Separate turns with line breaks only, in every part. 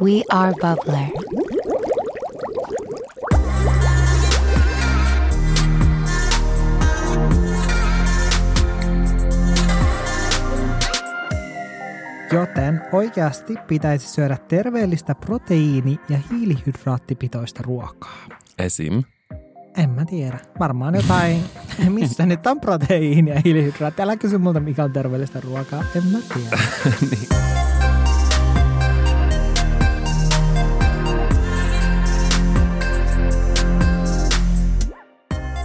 We are Bubbler.
Joten oikeasti pitäisi syödä terveellistä proteiini- ja hiilihydraattipitoista ruokaa.
Esim.
En mä tiedä. Varmaan jotain, missä nyt on proteiinia ja hiilihydraattia. Älä kysy multa, mikä on terveellistä ruokaa. En mä tiedä.
niin.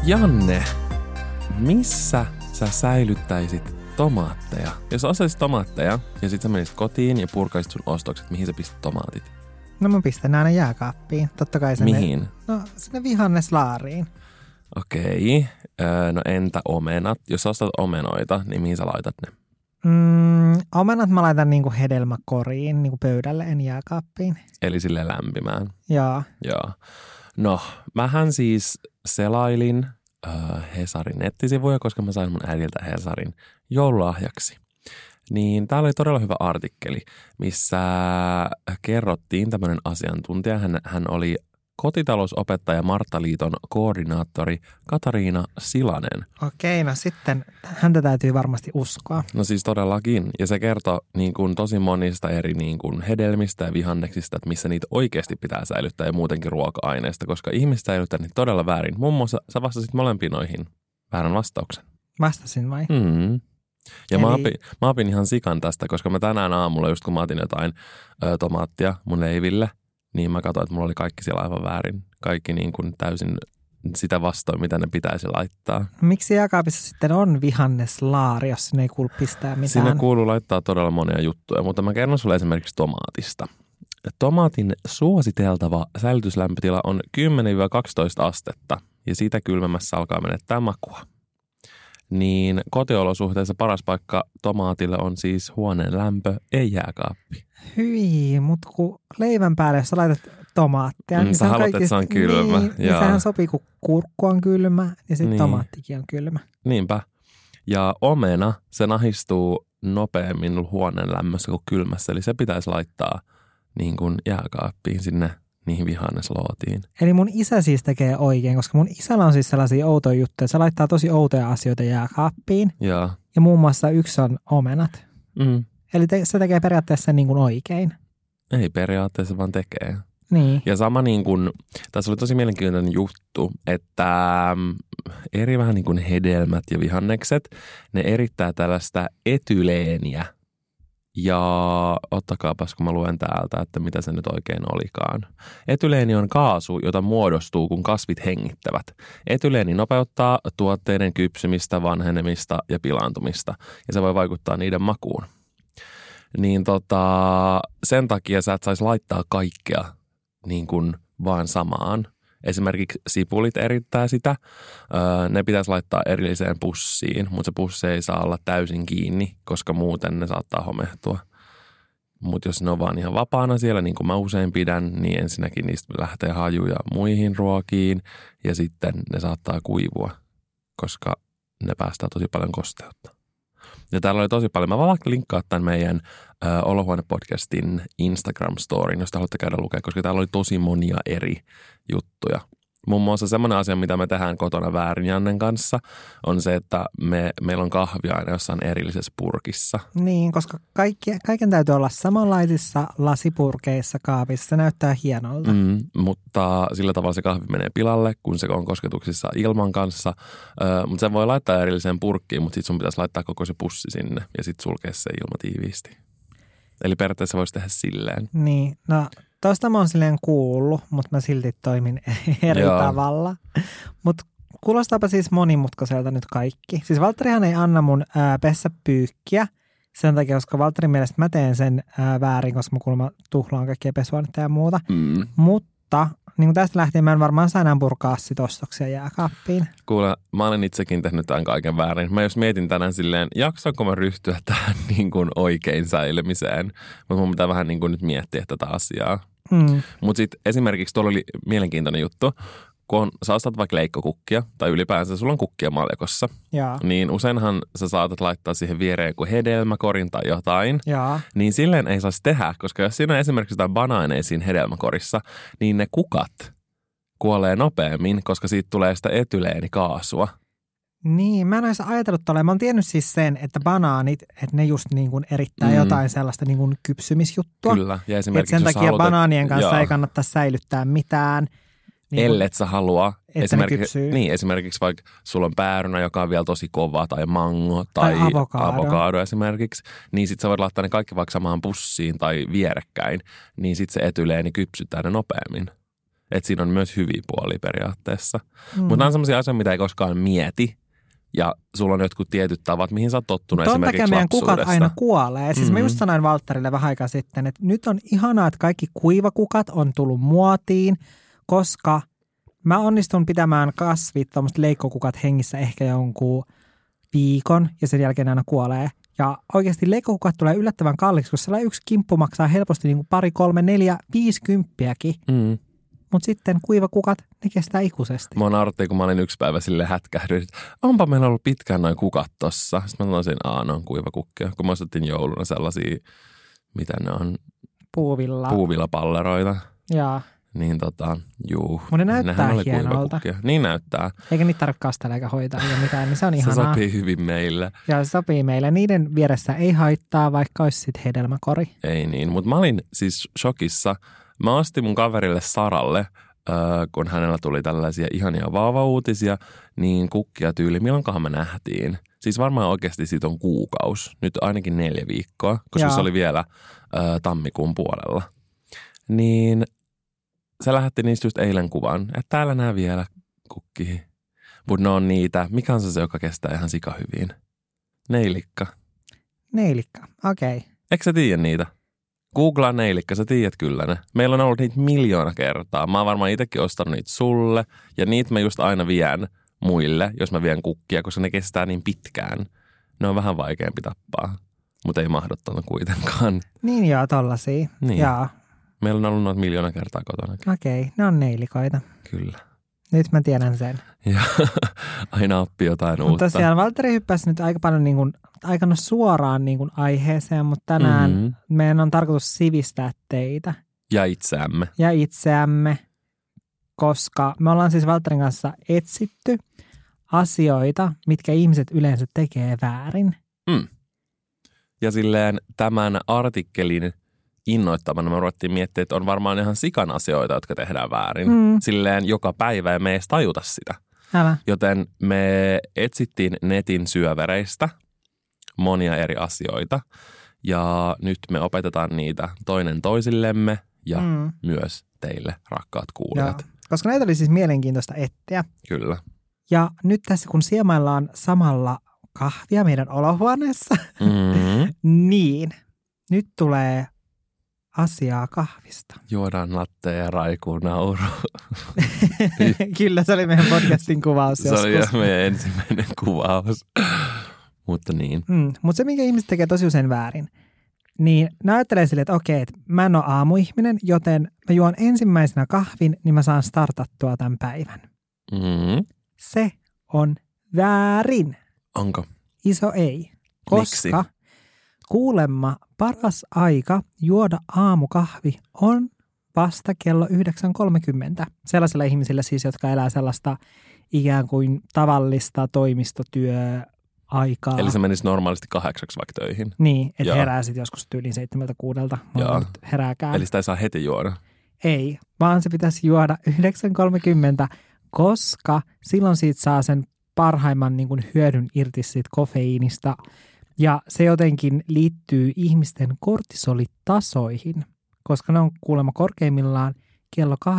Janne, missä sä säilyttäisit tomaatteja? Jos sä ostaisit tomaatteja ja sit sä menisit kotiin ja purkaisit sun ostokset, mihin sä pistät tomaatit?
No mä pistän ne aina jääkaappiin. Totta kai sinne.
Mihin?
No sinne vihanneslaariin.
Okei. Öö, no entä omenat? Jos sä ostat omenoita, niin mihin sä laitat ne?
Mm, omenat mä laitan niinku hedelmäkoriin, niinku pöydälle, en jääkaappiin.
Eli sille lämpimään.
Joo.
Joo. No, mähän siis selailin ö, Hesarin nettisivuja, koska mä sain mun äidiltä Hesarin joululahjaksi. Niin täällä oli todella hyvä artikkeli, missä kerrottiin tämmöinen asiantuntija. Hän, hän oli kotitalousopettaja Marttaliiton koordinaattori Katariina Silanen.
Okei, no sitten häntä täytyy varmasti uskoa.
No siis todellakin. Ja se kertoo niin kuin tosi monista eri niin kuin hedelmistä ja vihanneksista, että missä niitä oikeasti pitää säilyttää ja muutenkin ruoka-aineista, koska ihmiset säilyttää niitä todella väärin. Muun muassa sä vastasit molempiin noihin väärän vastauksen.
Vastasin vai?
Mm. Ja mä
Eli-
opin, mä opin ihan sikan tästä, koska mä tänään aamulla, just kun mä otin jotain ö, tomaattia mun leiville, niin mä katsoin, että mulla oli kaikki siellä aivan väärin. Kaikki niin kuin täysin sitä vastoin, mitä ne pitäisi laittaa.
Miksi jääkaapissa sitten on vihanneslaari, jos sinne ei kuulu pistää mitään?
Siinä kuuluu laittaa todella monia juttuja, mutta mä kerron sulle esimerkiksi tomaatista. Tomaatin suositeltava säilytyslämpötila on 10-12 astetta ja siitä kylmemmässä alkaa menettää makua. Niin kotiolosuhteissa paras paikka tomaatille on siis huoneen lämpö, ei jääkaappi.
Hyi, mutta kun leivän päälle, jos sä laitat tomaattia,
Mm,
niin
sä
se on
haluat, että
kaikista-
se on kylmä,
Niin, niin
joo.
sehän sopii, kun kurkku on kylmä ja sitten
Niin.
niin. tomaattikin on kylmä.
Niinpä. Ja omena, se nahistuu nopeammin huoneen lämmössä kuin kylmässä, eli se pitäisi laittaa niin kuin jääkaappiin sinne niihin vihanneslootiin.
Eli mun isä siis tekee oikein, koska mun isällä on siis sellaisia outoja juttuja, että se laittaa tosi outoja asioita jääkaappiin
Ja,
ja muun muassa yksi on omenat.
mm,
Eli te, se tekee periaatteessa sen niin kuin oikein.
Ei periaatteessa vaan tekee.
Niin.
Ja sama niin kuin, tässä oli tosi mielenkiintoinen juttu, että äm, eri vähän niin kuin hedelmät ja vihannekset, ne erittää tällaista etyleeniä. Ja ottakaapas, kun mä luen täältä, että mitä se nyt oikein olikaan. Etyleeni on kaasu, jota muodostuu, kun kasvit hengittävät. Etyleeni nopeuttaa tuotteiden kypsymistä, vanhenemista ja pilaantumista, ja se voi vaikuttaa niiden makuun. Niin tota, sen takia sä et saisi laittaa kaikkea niin kuin vaan samaan. Esimerkiksi sipulit erittää sitä. Öö, ne pitäisi laittaa erilliseen pussiin, mutta se pussi ei saa olla täysin kiinni, koska muuten ne saattaa homehtua. Mutta jos ne on vaan ihan vapaana siellä, niin kuin mä usein pidän, niin ensinnäkin niistä lähtee hajuja muihin ruokiin ja sitten ne saattaa kuivua, koska ne päästää tosi paljon kosteutta. Ja täällä oli tosi paljon. Mä vaan vaikka linkkaan tämän meidän ö, Olohuone-podcastin Instagram-storin, jos te haluatte käydä lukea, koska täällä oli tosi monia eri juttuja. Muun muassa semmoinen asia, mitä me tehdään kotona väärin Jannen kanssa, on se, että me, meillä on kahvia aina jossain erillisessä purkissa.
Niin, koska kaikki, kaiken täytyy olla samanlaisissa lasipurkeissa kaapissa. Se näyttää hienolta. Mm.
Mm, mutta sillä tavalla se kahvi menee pilalle, kun se on kosketuksissa ilman kanssa. Ö, mutta sen voi laittaa erilliseen purkkiin, mutta sitten sun pitäisi laittaa koko se pussi sinne ja sitten sulkea se ilma tiiviisti. Eli periaatteessa voisi tehdä silleen.
Niin, no tosta mä oon silleen kuullut, mutta mä silti toimin eri
Joo.
Joo. tavalla. Mutta kuulostaapa siis monimutkaiselta nyt kaikki. Siis Valtterihan ei anna mun ää, pessä pyykkiä sen takia, koska Valtterin mielestä mä teen sen ää, väärin, koska mä kuulemma tuhlaan kaikkia pesuainetta ja muuta.
Mm.
Mutta niin kuin tästä lähtien mä en varmaan saa enää purkaa sit ostoksia jääkaappiin.
Kuule, mä olen itsekin tehnyt tämän kaiken väärin. Mä jos mietin tänään silleen, jaksanko mä ryhtyä tähän niin kuin oikein säilymiseen. Mutta mun pitää vähän niin kuin nyt miettiä tätä asiaa.
Mm.
Mutta sitten esimerkiksi tuolla oli mielenkiintoinen juttu, kun on, sä ostat vaikka leikkokukkia tai ylipäänsä sulla on kukkia maljakossa,
Jaa.
niin useinhan sä saatat laittaa siihen viereen joku hedelmäkorin tai jotain.
Jaa.
Niin silleen ei saisi tehdä, koska jos siinä on esimerkiksi jotain banaaneja siinä hedelmäkorissa, niin ne kukat kuolee nopeammin, koska siitä tulee sitä etyleenikaasua.
Niin, mä en olisi ajatellut tolleen. Mä oon tiennyt siis sen, että banaanit, että ne just niin kuin erittää
Mm.
mm. jotain sellaista niin kuin kypsymisjuttua.
Kyllä. Ja
Et
esimerkiksi
sen
jos
takia
haluat,
banaanien kanssa
Joo.
ei kannata säilyttää mitään.
niin
kuin-
ellet sä halua.
niinku ne
Esimerkiksi,
kypsyy.
niin, esimerkiksi vaikka sulla on päärynä, joka on vielä tosi kova, tai mango, tai,
Tai avokaado.
avokaado esimerkiksi, niin sit sä voit laittaa ne kaikki vaikka samaan pussiin tai vierekkäin, niin sit se etyleeni kypsytään ne nopeammin. Et siinä on myös hyviä puolia periaatteessa. Mm.
Mm.
Mutta nämä on sellaisia asioita, mitä ei koskaan mieti, ja sulla on jotkut tietyt tavat, mihin sä oot tottunut
Ton takia
esimerkiksi
meidän kukat
lapsuudesta.
aina kuolee. Siis mm-hmm. mä
Mhm.
just sanoin Valtterille vähän aikaa sitten, että nyt on ihanaa, että kaikki kuivakukat on tullut muotiin, koska mä onnistun pitämään kasvit, tuommoiset leikkokukat hengissä ehkä jonkun viikon ja sen jälkeen ne aina kuolee. Ja oikeasti leikkokukat tulee yllättävän kalliiksi, koska sellainen yksi kimppu maksaa helposti niin kuin pari, kolme, neljä, viisi kymppiäkin.
mm.
Mutta sitten kuivakukat, ne kestää ikuisesti.
Mua naurattiin, kun mä olin yksi päivä sille hätkähdyin, että onpa meillä ollut pitkään noin kukat tossa. Sitten mä sanoisin, aah, ne on kuivakukkia. Kun mä ostettiin jouluna sellaisia, mitä ne on,
Puuvilla.
puuvillapalleroita.
Jaa.
Niin tota, juu.
Mut ne näyttää
Nehän oli
hienolta.
kuivakukkia. Niin näyttää.
Eikä niitä tarvitse kastella eikä hoitaa eikä mitään, niin se on
Se
ihanaa.
sopii hyvin meille.
Ja se sopii meille. Niiden vieressä ei haittaa, vaikka olisi sit hedelmäkori.
Ei niin, mutta mä olin siis shokissa. Mä ostin mun kaverille Saralle, öö, kun hänellä tuli tällaisia ihania vaavauutisia, niin kukkia tyyli, milloinkohan me nähtiin. Siis varmaan oikeasti siitä on kuukaus, nyt ainakin neljä viikkoa, koska
Joo.
se oli vielä öö, tammikuun puolella. Niin se lähetti niistä just eilen kuvan, että täällä nää vielä kukkii. Mutta ne on niitä, mikä on se se, joka kestää ihan sika hyvin? Neilikka.
Neilikka, okei. Okay.
Eikö sä tiedä niitä? Googlaa neilikkä, sä tiedät kyllä ne. Meillä on ollut niitä miljoona kertaa. Mä oon varmaan itsekin ostanut niitä sulle. Ja niitä mä just aina vien muille, jos mä vien kukkia, koska ne kestää niin pitkään. Ne on vähän vaikeampi tappaa, mutta ei mahdottanut kuitenkaan.
Niin joo, tollasia.
Niin.
Niin. Joo,
Meillä on ollut noita miljoona kertaa kotona,
okei. Okay. Ne on neilikoita.
kyllä.
Nyt mä tiedän sen.
Ja aina oppii jotain
Mutta
No uutta.
tosiaan Valtteri hyppäsi nyt aika paljon niin kuin, aika no suoraan niin kuin aiheeseen, mutta tänään mm-hmm.
Mhm.
meidän on tarkoitus sivistää teitä
Ja itseämme.
ja itseämme, koska me ollaan siis Valtterin kanssa etsitty asioita, mitkä ihmiset yleensä tekee väärin.
Ja silleen tämän artikkelin innoittamana me ruvettiin miettiä, että on varmaan ihan sikan asioita, jotka tehdään väärin.
Mm.
silleen joka päivä ja me ei edes tajuta sitä.
Älä.
Joten me etsittiin netin syövereistä monia eri asioita ja nyt me opetetaan niitä toinen toisillemme ja mm.
Mm.
myös teille rakkaat kuulijat.
Joo. Koska näitä oli siis mielenkiintoista etsiä.
Kyllä.
Ja nyt tässä kun siemaillaan samalla kahvia meidän olohuoneessa,
Mm-hmm.
niin nyt tulee asiaa kahvista.
Juodaan latteja ja raikuu nauru.
Kyllä se oli meidän podcastin kuvaus
Niin. Se oli
joskus.
meidän ensimmäinen kuvaus. Mutta niin.
Mm. Mutta se, minkä ihmiset tekee tosi usein väärin, niin ne ajattelee silleen, että okei, että mä en ole aamuihminen, joten mä juon ensimmäisenä kahvin, niin mä saan startattua tämän päivän.
Mm-hmm.
Se on väärin.
Onko?
Iso ei. Koska
Miksi?
Miksi? kuulemma paras aika juoda aamukahvi on vasta kello 9.30. Sellaisilla ihmisillä siis, jotka elää sellaista ikään kuin tavallista toimistotyöaikaa.
Eli se menisi normaalisti kahdeksaksi vaikka töihin.
Niin, että
Joo.
herää sitten joskus tyyliin seitsemältä kuudelta,
Joo.
mutta nyt herääkään.
Eli sitä ei saa heti juoda.
Ei, vaan se pitäisi juoda 9.30, koska silloin siitä saa sen parhaimman niin kuin hyödyn irti siitä kofeiinista. Ja se jotenkin liittyy ihmisten kortisolitasoihin, koska ne on kuulemma korkeimmillaan kello 8-9.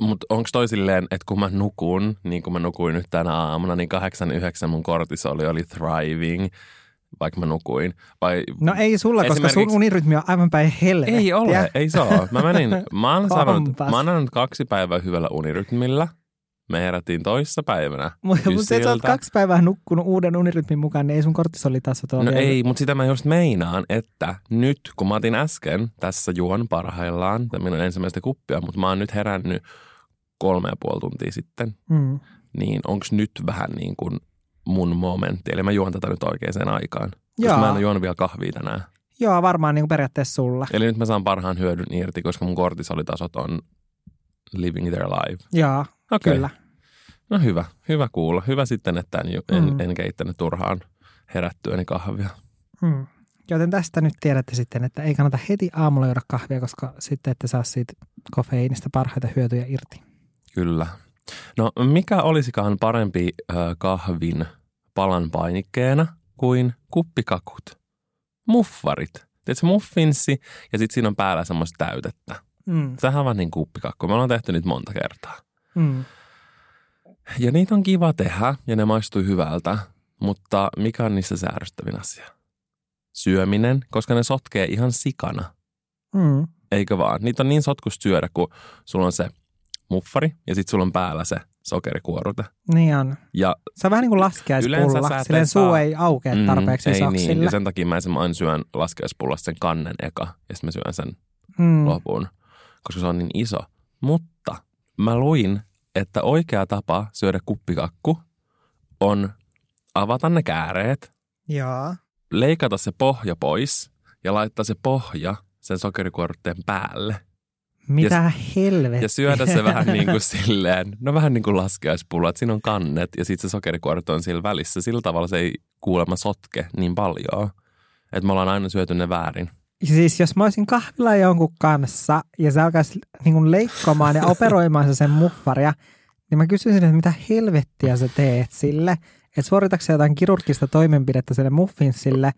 Mutta onko toi silleen, että kun mä nukun, niin kuin mä nukuin nyt tänä aamuna, niin 8-9 mun kortisoli oli thriving, vaikka mä nukuin. Vai
No ei sulla, koska sun
Esimerkiksi-
unirytmi on aivan päin helvettiä.
ei ole, ei saa. Mä menin, mä oon sanonut,
Onpas.
mä oon antanut kaksi päivää hyvällä unirytmillä. Me herättiin toissa päivänä.
Mutta mut se, sä oot
ysiltä.
kaksi päivää nukkunut uuden unirytmin mukaan, niin ei sun kortisolitaso ole
No
vielä-
ei, mutta sitä mä just meinaan, että nyt kun mä otin äsken, tässä juon parhaillaan, tämä minun ensimmäistä kuppia, mutta mä oon nyt herännyt kolme ja puoli tuntia sitten,
Mm.
niin onks nyt vähän niin kuin mun momentti? Eli mä juon tätä nyt oikeaan aikaan. Koska
Joo.
mä en ole juonut vielä kahvia tänään.
Joo, varmaan niin periaatteessa sulla.
Eli nyt mä saan parhaan hyödyn irti, koska mun kortisolitasot on living their life.
Joo,
Okei.
okay. kyllä.
No hyvä, hyvä kuulla. Hyvä sitten, että en, ju- en,
Mm.
en keittänyt turhaan herättyäni kahvia.
Mm. Joten tästä nyt tiedätte sitten, että ei kannata heti aamulla juoda kahvia, koska sitten ette saa siitä kofeiinista parhaita hyötyjä irti.
Kyllä. No mikä olisikaan parempi ö, kahvin palan painikkeena kuin kuppikakut? Muffarit. Tiedätkö, muffinssi ja sitten siinä on päällä semmoista täytettä.
Mm.
Sehän on vaan niin kuppikakku. Me ollaan tehty niitä monta kertaa.
Mm.
Ja niitä on kiva tehdä ja ne maistuu hyvältä, mutta mikä on niissä säädöstävin asia? Syöminen, koska ne sotkee ihan sikana.
Mm.
Eikö vaan? Niitä on niin sotkus syödä, kun sulla on se muffari ja sitten sulla on päällä se sokerikuorute.
Niin on.
Ja
Se on vähän niin kuin
Yleensä sä
laskiaispulla.
et
Silleen
saa-
suu ei aukea tarpeeksi
ei
mm, isoksi
niin. Ja
sillä.
sen takia mä esimerkiksi aina syön laskeuspullosta sen kannen eka ja sitten mä syön sen
Mm.
lopun, koska se on niin iso. Mutta mä luin, että oikea tapa syödä kuppikakku on avata ne kääreet,
Joo.
leikata se pohja pois ja laittaa se pohja sen sokerikuorrutteen päälle.
Mitä helvettiä.
Ja syödä se vähän niin kuin silleen, no vähän niin kuin laskiaispulla, että siinä on kannet ja sitten se sokerikuoret on siellä välissä. Sillä tavalla se ei kuulemma sotke niin paljon, että me ollaan aina syöty ne väärin.
Siis jos mä olisin kahvilla jonkun kanssa ja se alkaisi niin kuin leikkomaan ja operoimaan se sen muffaria, niin mä kysyisin, että mitä helvettiä sä teet sille? Että suoritatko sä jotain kirurgista toimenpidettä sille muffinsille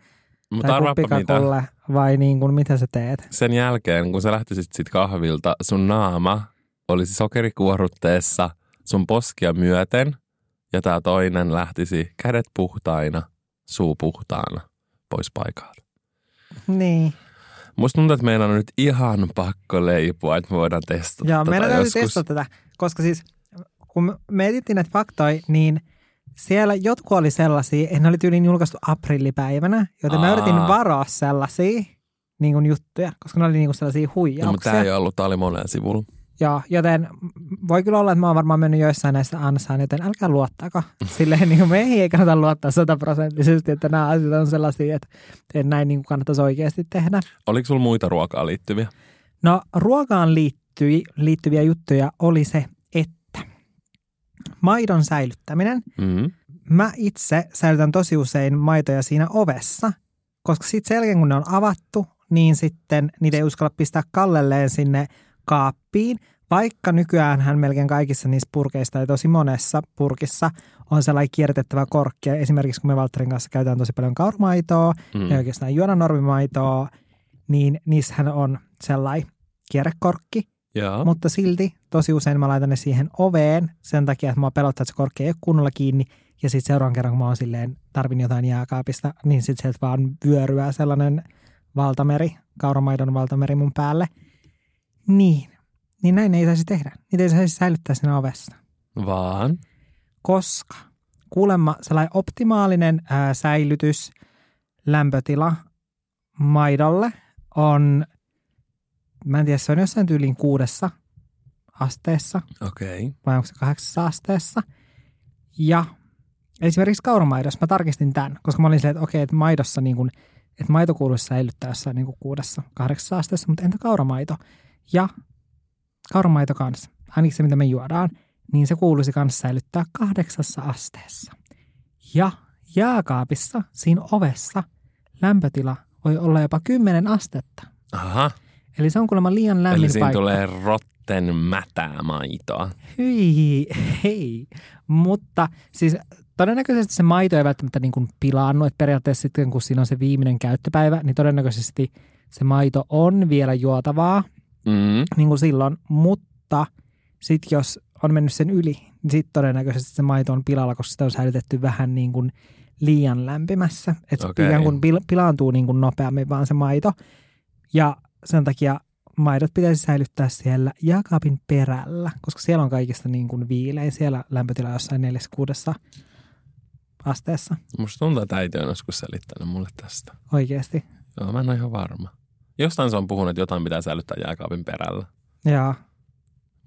Mutta
tai
arvaappa mitä.
kuppikakulle vai niin kuin, mitä sä teet?
Sen jälkeen, kun sä lähtisit sit kahvilta, sun naama olisi sokerikuorutteessa sun poskia myöten ja tää toinen lähtisi kädet puhtaina, suu puhtaana pois paikalta.
Niin.
Musta tuntuu, että meidän on nyt ihan pakko leipua, että me voidaan testata
Joo,
tätä
meidän täytyy
joskus.
testata tätä, koska siis kun me etittiin näitä faktoja, niin siellä jotkut oli sellaisia, että ne oli tyyliin julkaistu aprillipäivänä, joten mä
Aa.
yritin varoa sellaisia niin kuin juttuja, koska ne oli niin kuin sellaisia huijauksia.
No, mutta tämä ei ollut, tämä oli monen sivulla.
Joo, joten voi kyllä olla, että mä oon varmaan mennyt joissain näissä ansaan, joten älkää luottaako. Silleen niin kuin meihin ei kannata luottaa sataprosenttisesti, että nämä asiat on sellaisia, että että näin niin kuin kannattaisi oikeasti tehdä.
Oliko sulla muita ruokaa liittyviä?
No ruokaan liittyi, liittyviä juttuja oli se, että maidon säilyttäminen.
Mm-hmm.
Mä itse säilytän tosi usein maitoja siinä ovessa, koska sitten sen jälkeen kun ne on avattu, niin sitten niitä ei uskalla pistää kallelleen sinne kaappiin, vaikka nykyäänhän melkein kaikissa niissä purkeissa tai tosi monessa purkissa on sellainen kiertettävä korkki. Ja Esimerkiksi kun me Valtterin kanssa käytetään tosi paljon kaurumaitoa, ja
Mm.
oikeastaan juoda normimaitoa, niin niissähän on sellainen kierrekorkki,
Joo.
mutta silti tosi usein mä laitan ne siihen oveen sen takia, että mua pelottaa, että se korkki ei ole kunnolla kiinni. Ja sitten seuraavan kerran, kun mä oon silleen, tarvin jotain jääkaapista, niin sitten sieltä vaan vyöryää sellainen valtameri, kauramaidon valtameri mun päälle. Niin, niin näin ei saisi tehdä. Niitä ei saisi säilyttää siinä ovessa
Vaan.
koska kuulemma sellainen optimaalinen ää, säilytys lämpötila maidolle on, mä en tiedä, se on jossain tyylin kuudessa asteessa
Okei. Okay.
vai onko se kahdeksassa asteessa. Ja esimerkiksi kauramaidossa, mä tarkistin tämän, koska mä olin silleen, että okei, että maidossa niin kuin, että maito kuuluisi säilyttää jossain niin kuin kuudessa, kahdeksassa asteessa, mutta entä kauramaito? Ja kauramaito kanssa, ainakin se mitä me juodaan, niin se kuuluisi kanssa säilyttää kahdeksassa asteessa. Ja jääkaapissa, siinä ovessa, lämpötila voi olla jopa 10 astetta.
Aha.
Eli se on kuulemma liian lämmin
Eli siinä
paikka.
tulee rotten mätää maitoa.
Hyi, hei. Mutta siis todennäköisesti se maito ei välttämättä niin kuin pilaannut, että periaatteessa sitten kun siinä on se viimeinen käyttöpäivä, niin todennäköisesti se maito on vielä juotavaa
Mm.
niin kuin silloin, mutta sitten jos on mennyt sen yli, niin sitten todennäköisesti se maito on pilalla, koska sitä on säilytetty vähän niin kuin liian lämpimässä. Että se
Okei.
ikään kuin pil- pilaantuu niin kuin nopeammin vaan se maito. Ja sen takia maidot pitäisi säilyttää siellä jääkaapin perällä, koska siellä on kaikista niin kuin viileä. Siellä lämpötila on jossain 4-6 asteessa
Musta tuntuu, että äiti on joskus selittänyt mulle tästä.
oikeasti.
Joo, mä en ole ihan varma. Jostain se on puhunut, että jotain pitää säilyttää jääkaapin perällä.
Joo.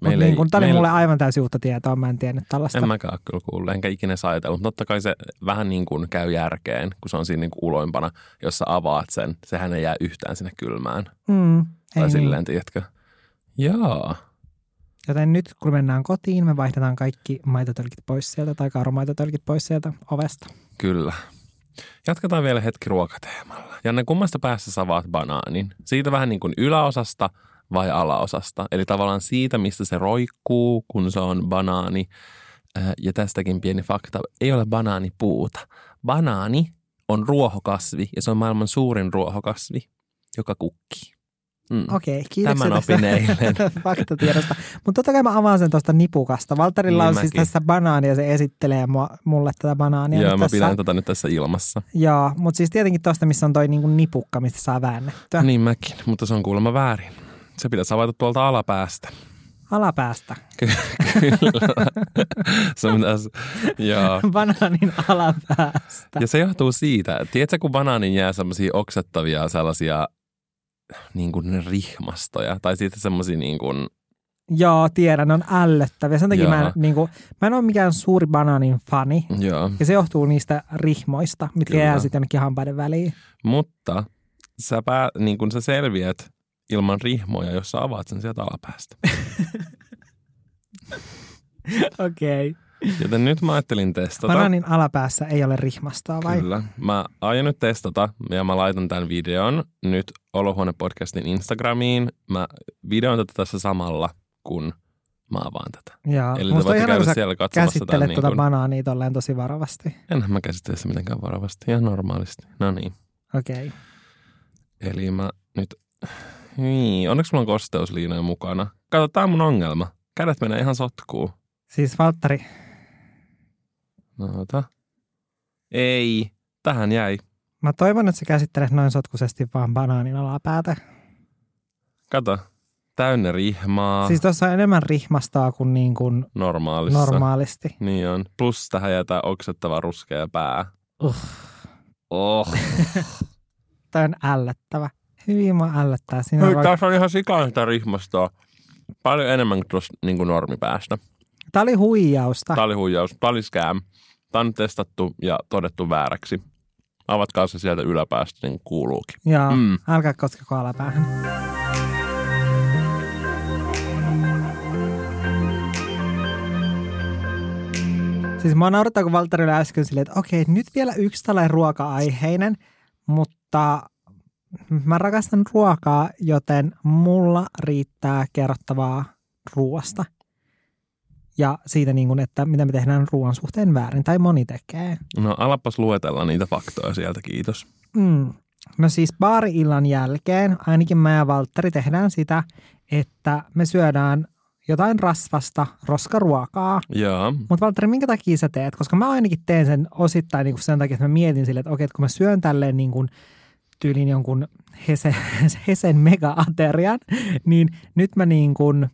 Mutta niin kuin, tämä oli mulle aivan täysin uutta tietoa, mä en tiennyt tällaista.
En mäkään ole kyllä kuullut, enkä ikinä saa ajatellut. Mutta totta kai se vähän niin kuin käy järkeen, kun se on siinä niin kuin uloimpana, jos sä avaat sen. Sehän ei jää yhtään sinne kylmään.
Mm,
Ei tai
ei niin.
silleen, tiedätkö? Joo.
Joten nyt kun mennään kotiin, me vaihdetaan kaikki maitotölkit pois sieltä tai karomaitotölkit pois sieltä ovesta.
Mm. Kyllä. Jatketaan vielä hetki ruokateemalla. Janne, kummasta päässä sä avaat banaanin? Siitä vähän niin kuin yläosasta vai alaosasta? Eli tavallaan siitä, mistä se roikkuu, kun se on banaani. Äh, Ja tästäkin pieni fakta, ei ole banaanipuuta. Banaani on ruohokasvi ja se on maailman suurin ruohokasvi, joka kukkii. Mm.
Okei, kiitoksia
Tämän opin eilen.
tästä faktatiedosta. Mutta totta kai mä avaan sen tuosta nipukasta. Valtarilla
Niin
on siis
mäkin.
tässä banaani ja se esittelee mua, mulle tätä banaania.
Joo,
nyt
mä
niin tässä.
pidän tätä nyt tässä ilmassa.
Joo, mutta siis tietenkin tuosta, missä on toi niinku nipukka, mistä saa väännettyä.
Niin mäkin, mutta se on kuulemma väärin. Se pitäisi avata tuolta alapäästä.
Alapäästä.
Kyllä. se on taas, joo.
Banaanin alapäästä.
Ja se johtuu siitä, tiedätkö kun banaanin jää semmoisia oksettavia sellaisia niin kuin rihmastoja, tai sitten semmoisia niin kuin,
Joo, tiedän, ne on ällöttäviä. Sen takia mä en,
Joo.
niinku, mä en ole mikään suuri banaanin fani.
joo.
Ja se johtuu niistä rihmoista, mitkä
Kyllä.
jää sitten jonnekin hampaiden väliin.
Mutta sä, pää, niin kuin sä selviät ilman rihmoja, jos sä avaat sen sieltä alapäästä.
Okei. Okay.
Joten nyt mä ajattelin testata.
Banaanin alapäässä ei ole rihmastoa vai?
Tota- Kyllä. Mä aion nyt testata ja mä laitan tämän videon nyt Olohuone-podcastin Instagramiin. Mä videoin tätä tässä samalla, kun mä avaan tätä.
Joo.
Eli te
Musta on
voitte
ihana,
käydä
kun sä
siellä katsomassa tämän.
käsittelet
Niin
tuota
kuin,
banaania tolleen tosi varovasti.
enhän mä käsittele sitä mitenkään varovasti, ihan normaalisti. No niin.
Okei. Okay.
Eli mä nyt... Niin, onneksi mulla on kosteusliinoja mukana. Kato, tää on mun ongelma. Kädet menee ihan sotkuun.
Siis Valtteri,
No, ota. Ei, tähän jäi.
mä toivon, että sä käsittelet noin sotkuisesti vaan banaanin alapäätä.
Kato, täynnä rihmaa siis...
Siis tuossa on enemmän rihmastoa kuin, niin kuin
normaalissa.
normaalisti.
Niin on. Plus tähän jätää oksettava ruskea pää.
Uh,
Oh.
toi on ällöttävä. Hyvin mua ällöttää. Siinä on
Hei,
vaan-
tässä on ihan sikana sitä rihmastoa. Paljon enemmän kuin tuossa niin normipäästä.
Tää oli huijausta.
Tämä Ah. oli huijaus. Tämä oli scam. Tämä on nyt testattu ja todettu vääräksi. Avatkaa se sieltä yläpäästä, niin kuuluukin.
Joo,
Mm.
mm. älkää koskeko alapäähän. Siis mua naurattaa, kun Valtteri oli äsken silleen, että okei, nyt vielä yksi tällainen ruoka-aiheinen, mutta mä rakastan ruokaa, joten mulla riittää kerrottavaa ruoasta. Ja siitä, niin kuin, että mitä me tehdään ruoan suhteen väärin, tai moni tekee.
No alapas luetella niitä faktoja sieltä, kiitos.
Mm. No siis baari-illan jälkeen ainakin mä ja Valtteri tehdään sitä, että me syödään jotain rasvasta roskaruokaa.
Joo,
Mutta Mm. Valtteri, minkä takia sä teet? Koska mä ainakin teen sen osittain niin sen takia, että mä mietin sille, että okei, että kun mä syön tälleen niin kuin tyylin jonkun Hese, Hesen mega-aterian, niin nyt mä niin kuin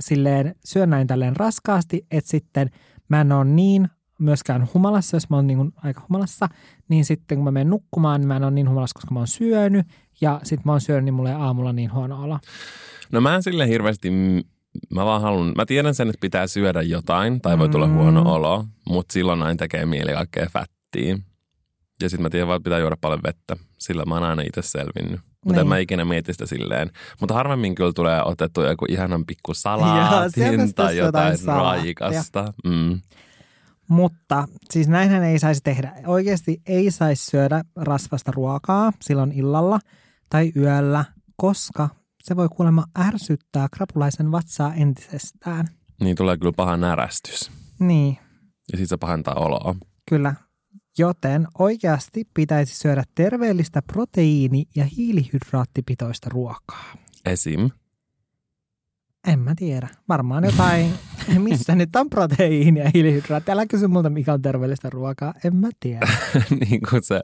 silleen syön näin tälleen raskaasti, että sitten mä en ole niin myöskään humalassa, jos mä oon niin kuin aika humalassa, niin sitten kun mä menen nukkumaan, niin mä en ole niin humalassa, koska mä oon syönyt, ja sitten mä oon syönyt, niin mulla ei aamulla niin huono olo.
No mä en sille hirveästi, mä vaan haluan, mä tiedän sen, että pitää syödä jotain tai voi tulla huono
Mm.
olo, mutta silloin aina tekee mieli kaikkea fättiä. Ja sitten mä tiedän vaan, että pitää juoda paljon vettä, sillä mä oon aina itse selvinnyt. Mutta en
Niin.
mä ikinä mieti sitä silleen. Mutta harvemmin kyllä tulee otettu joku ihanan pikku
sieltä
salaatin
sitä jotain
tai jotain
salaattia.
raikasta. Mm.
Mutta siis näinhän ei saisi tehdä. Oikeasti ei saisi syödä rasvasta ruokaa silloin illalla tai yöllä, koska se voi kuulemma ärsyttää krapulaisen vatsaa entisestään.
Niin tulee kyllä paha närästys.
Niin,
Ja sit se pahentaa oloa.
kyllä. Joten oikeasti pitäisi syödä terveellistä proteiini- ja hiilihydraattipitoista ruokaa.
Esim.
En mä tiedä. Varmaan jotain, missä nyt on proteiinia ja hiilihydraatti. Älä kysy multa, mikä on terveellistä ruokaa. En mä tiedä.
niin kuin se,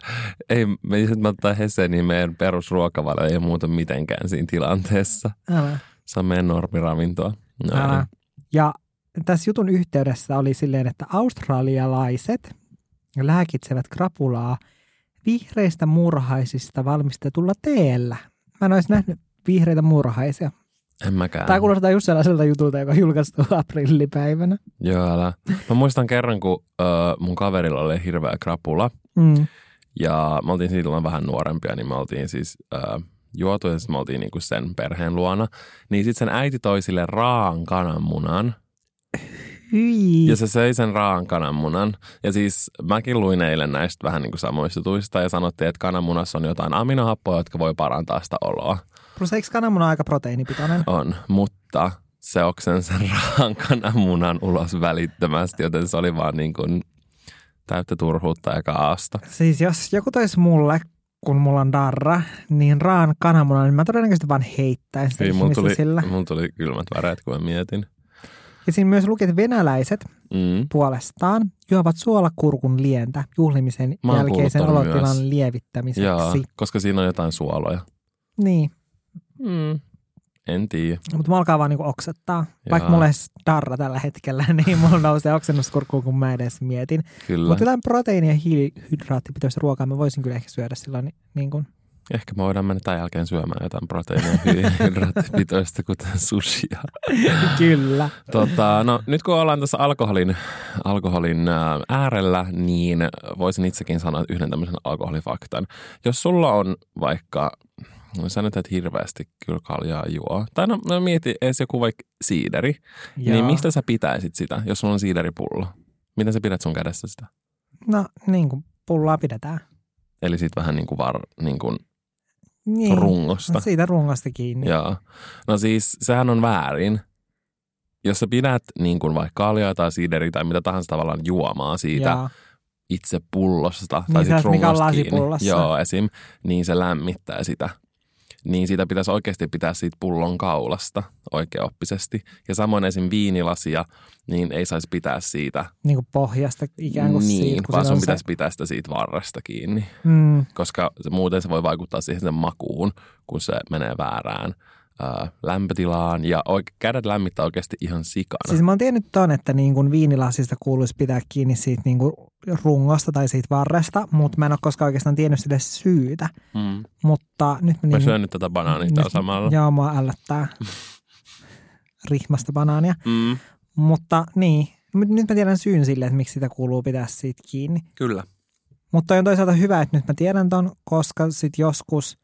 ei, me jos mä ottaa Hesse, niin meidän perusruokavalio ei muuta mitenkään siinä tilanteessa.
Älä.
Se on meidän normiravintoa. No,
Älä. Ja tässä jutun yhteydessä oli silleen, että australialaiset lääkitsevät krapulaa vihreistä muurahaisista valmistetulla teellä. Mä en olisi nähnyt vihreitä muurahaisia.
En mäkään.
Tämä kuulostaa just sellaiselta jutulta, joka julkaistuu aprillipäivänä.
Joo, älä. Mä muistan kerran, kun ö, mun kaverilla oli hirveä krapula.
Mm.
Ja me oltiin silloin vähän nuorempia, niin me oltiin siis ö, juotu ja sitten me oltiin niinku sen perheen luona. Niin sitten sen äiti toi sille raan kananmunan.
Hyi.
Ja se söi sen raan kananmunan. Ja siis mäkin luin eilen näistä vähän niin kuin samoista tuista ja sanottiin, että kananmunassa on jotain aminohappoja, jotka voi parantaa sitä oloa.
Plus eikö kananmuna aika proteiinipitoinen?
On, mutta se oksen sen raan kananmunan ulos välittömästi, joten se oli vaan niin kuin täyttä turhuutta ja kaasta.
Siis jos joku toisi mulle, kun mulla on darra, niin raan kananmunan, niin mä todennäköisesti vaan heittäisin sitä
Ei, Niin, mulla
ihmistä
tuli,
sillä.
mulla tuli kylmät väreet, kun mä mietin.
Ja siinä myös luki, että venäläiset
Mm.
puolestaan juovat suolakurkun lientä juhlimisen
Mä oon
jälkeisen
kuullut ton
olotilan
myös.
lievittämiseksi.
Jaa, koska siinä on jotain suoloja.
Niin,
Mm. En tiedä.
mutta mä alkaa vaan niinku oksettaa. Vaikka
Jaa.
mulla ei edes darra tällä hetkellä, niin mulla nousee oksennuskurkkuun, kun mä edes mietin.
Kyllä.
Mutta jotain proteiini- ja hiilihydraattipitoista ruokaa mä voisin kyllä ehkä syödä silloin ni- niin kuin
Ehkä me voidaan mennä tämän jälkeen syömään jotain proteiinia hydraattipitoista, kuten sushia.
Kyllä.
Tota, no, nyt kun ollaan tässä alkoholin, alkoholin ää, äärellä, niin voisin itsekin sanoa yhden tämmöisen alkoholifaktan. Jos sulla on vaikka, no sä nyt et hirveästi kyllä kaljaa juo, tai no, no mieti edes joku vaikka siideri, Joo. niin mistä sä pitäisit sitä, jos sulla on siideripullo? Miten sä pidät sun kädessä sitä?
No niin kuin pullaa pidetään.
Eli sit vähän niin kuin, var, niin kuin
Niin.
rungosta.
Siitä rungosta kiinni.
Joo. No siis sehän on väärin. Jos sä pidät niin kuin vaikka kaljaa tai siideriä tai mitä tahansa tavallaan juomaa siitä
Jaa.
itse pullosta
Niin
tai
sellaista,
siitä
mikä on
rungosta kiinni,
lasipullossa.
joo, esim, niin se lämmittää sitä. Niin siitä pitäisi oikeasti pitää siitä pullon kaulasta oikeaoppisesti. Ja samoin esim. viinilasia, niin ei saisi pitää siitä.
Niin kuin pohjasta ikään kuin
niin,
siitä, kun
vaan
siinä
sun
on
pitäisi pitää sitä siitä varresta kiinni.
se, mm,
Koska se, muuten se voi vaikuttaa siihen sen makuun, kun se menee väärään ää, lämpötilaan. Ja oike- kädet lämmittää oikeasti ihan sikana.
Siis mä oon tiennyt ton, että niin kuin viinilasista kuuluisi pitää kiinni siitä niin kuin rungosta tai siitä varresta, mutta mä en ole koskaan oikeastaan tiennyt sille syytä.
mm.
Mutta nyt mä, Siis-
Mä
niin, Mm.
syön nyt tätä banaanista
nyt-
samalla.
Joo, mua ällättää rihmasta banaania.
Mm,
Mutta niin, nyt nyt mä tiedän syyn sille, että miksi sitä kuuluu pitää siitä kiinni.
kyllä.
Mutta on toisaalta hyvä, että nyt mä tiedän ton, koska sit joskus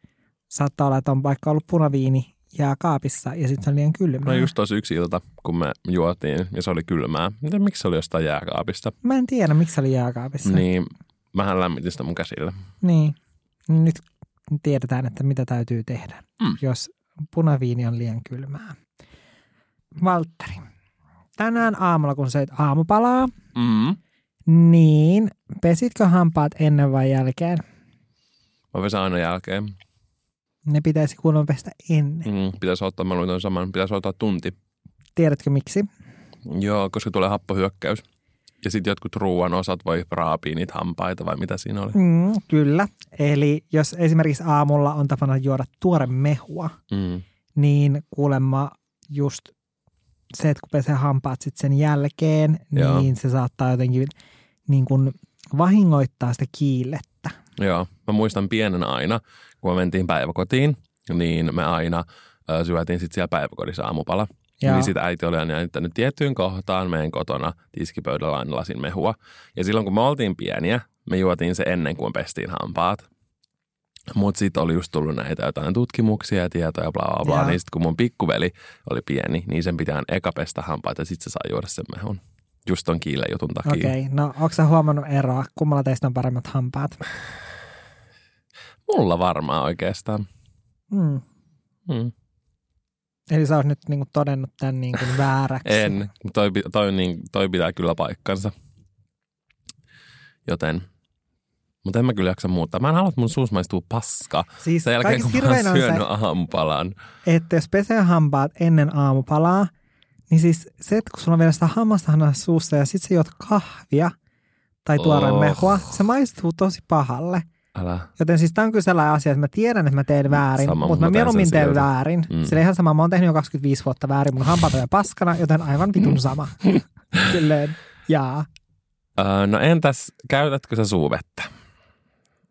saattaa olla, että on vaikka ollut punaviini jää kaapissa ja sitten se on liian kylmä.
No just tuossa yksi ilta, kun me juotiin ja se oli kylmää. Miten, miksi se oli jostain jääkaapista?
Mä en tiedä, miksi se oli jääkaapissa.
Niin mähän lämmitin sitä mun käsillä.
Niin. Niin Nyt tiedetään, että mitä täytyy tehdä,
Mm.
jos punaviini on liian kylmää. Valtteri, tänään aamulla kun söit aamupalaa,
Mm.
niin pesitkö hampaat ennen vai jälkeen?
Mä pesin aina jälkeen.
Ne pitäisi kuulemma pestä ennen.
Mm. Pitäisi ottaa, mä luin ton saman, pitäisi ottaa tunti.
Tiedätkö miksi?
Joo, koska tulee happohyökkäys. Ja sitten jotkut ruoan osat voi raapia niitä hampaita vai mitä siinä oli.
Mm, kyllä. Eli jos esimerkiksi aamulla on tapana juoda tuore mehua,
Mm.
niin kuulemma just se, että kun pesee hampaat sit sen jälkeen,
Joo.
niin se saattaa jotenkin niin kuin vahingoittaa sitä kiillettä.
Joo, mä muistan pienen aina, kun me mentiin päiväkotiin, niin me aina ö, syötiin sitten siellä päiväkodissa aamupala.
Joo.
Joo. Niin sitä äiti oli aina jättänyt tiettyyn kohtaan meidän kotona tiskipöydällä aina lasin mehua. Ja silloin kun me oltiin pieniä, me juotiin se ennen kuin pestiin hampaat. Mutta sitten oli just tullut näitä jotain tutkimuksia ja tietoja, bla bla bla.
Joo.
Niin sitten kun mun pikkuveli oli pieni, niin sen pitää eka pestä hampaat ja sitten se saa juoda sen mehun. Just ton kiille jutun takia.
Okei, okay. no onko sä huomannut eroa, kummalla teistä on paremmat hampaat?
Mulla varmaan oikeastaan.
Mm.
Mm.
Eli sä oot nyt niin kuin todennut tämän niin kuin vääräksi.
En. Toi, pi- toi, niin, toi pitää kyllä paikkansa. Joten Mutta en mä kyllä jaksa muuttaa. Mä en halua, että mun suus maistuu paska.
Siis
Sen jälkeen,
kaikista
kun mä
hirvein
oon
on se,
syönyt aamupalan.
että jos pesee hampaat ennen aamupalaa, niin siis se, että kun sulla on vielä sitä hammastahanaa suussa ja sit sä juot kahvia tai tuoreen
Oh.
mehua, se maistuu tosi pahalle.
Älä.
Joten siis tämä on kyllä sellainen asia, että mä tiedän, että mä teen väärin,
Mm, Sama,
sama,
mutta
mutta mä
mä teen
mieluummin
sen
teen
silti.
väärin.
Mm.
Mm. Sillä ihan sama, mä oon tehnyt jo 25 vuotta väärin, mun hampaat on jo paskana, joten aivan
Mm.
vitun sama. Silleen, jaa.
Öö, no entäs, käytätkö sä suuvettä?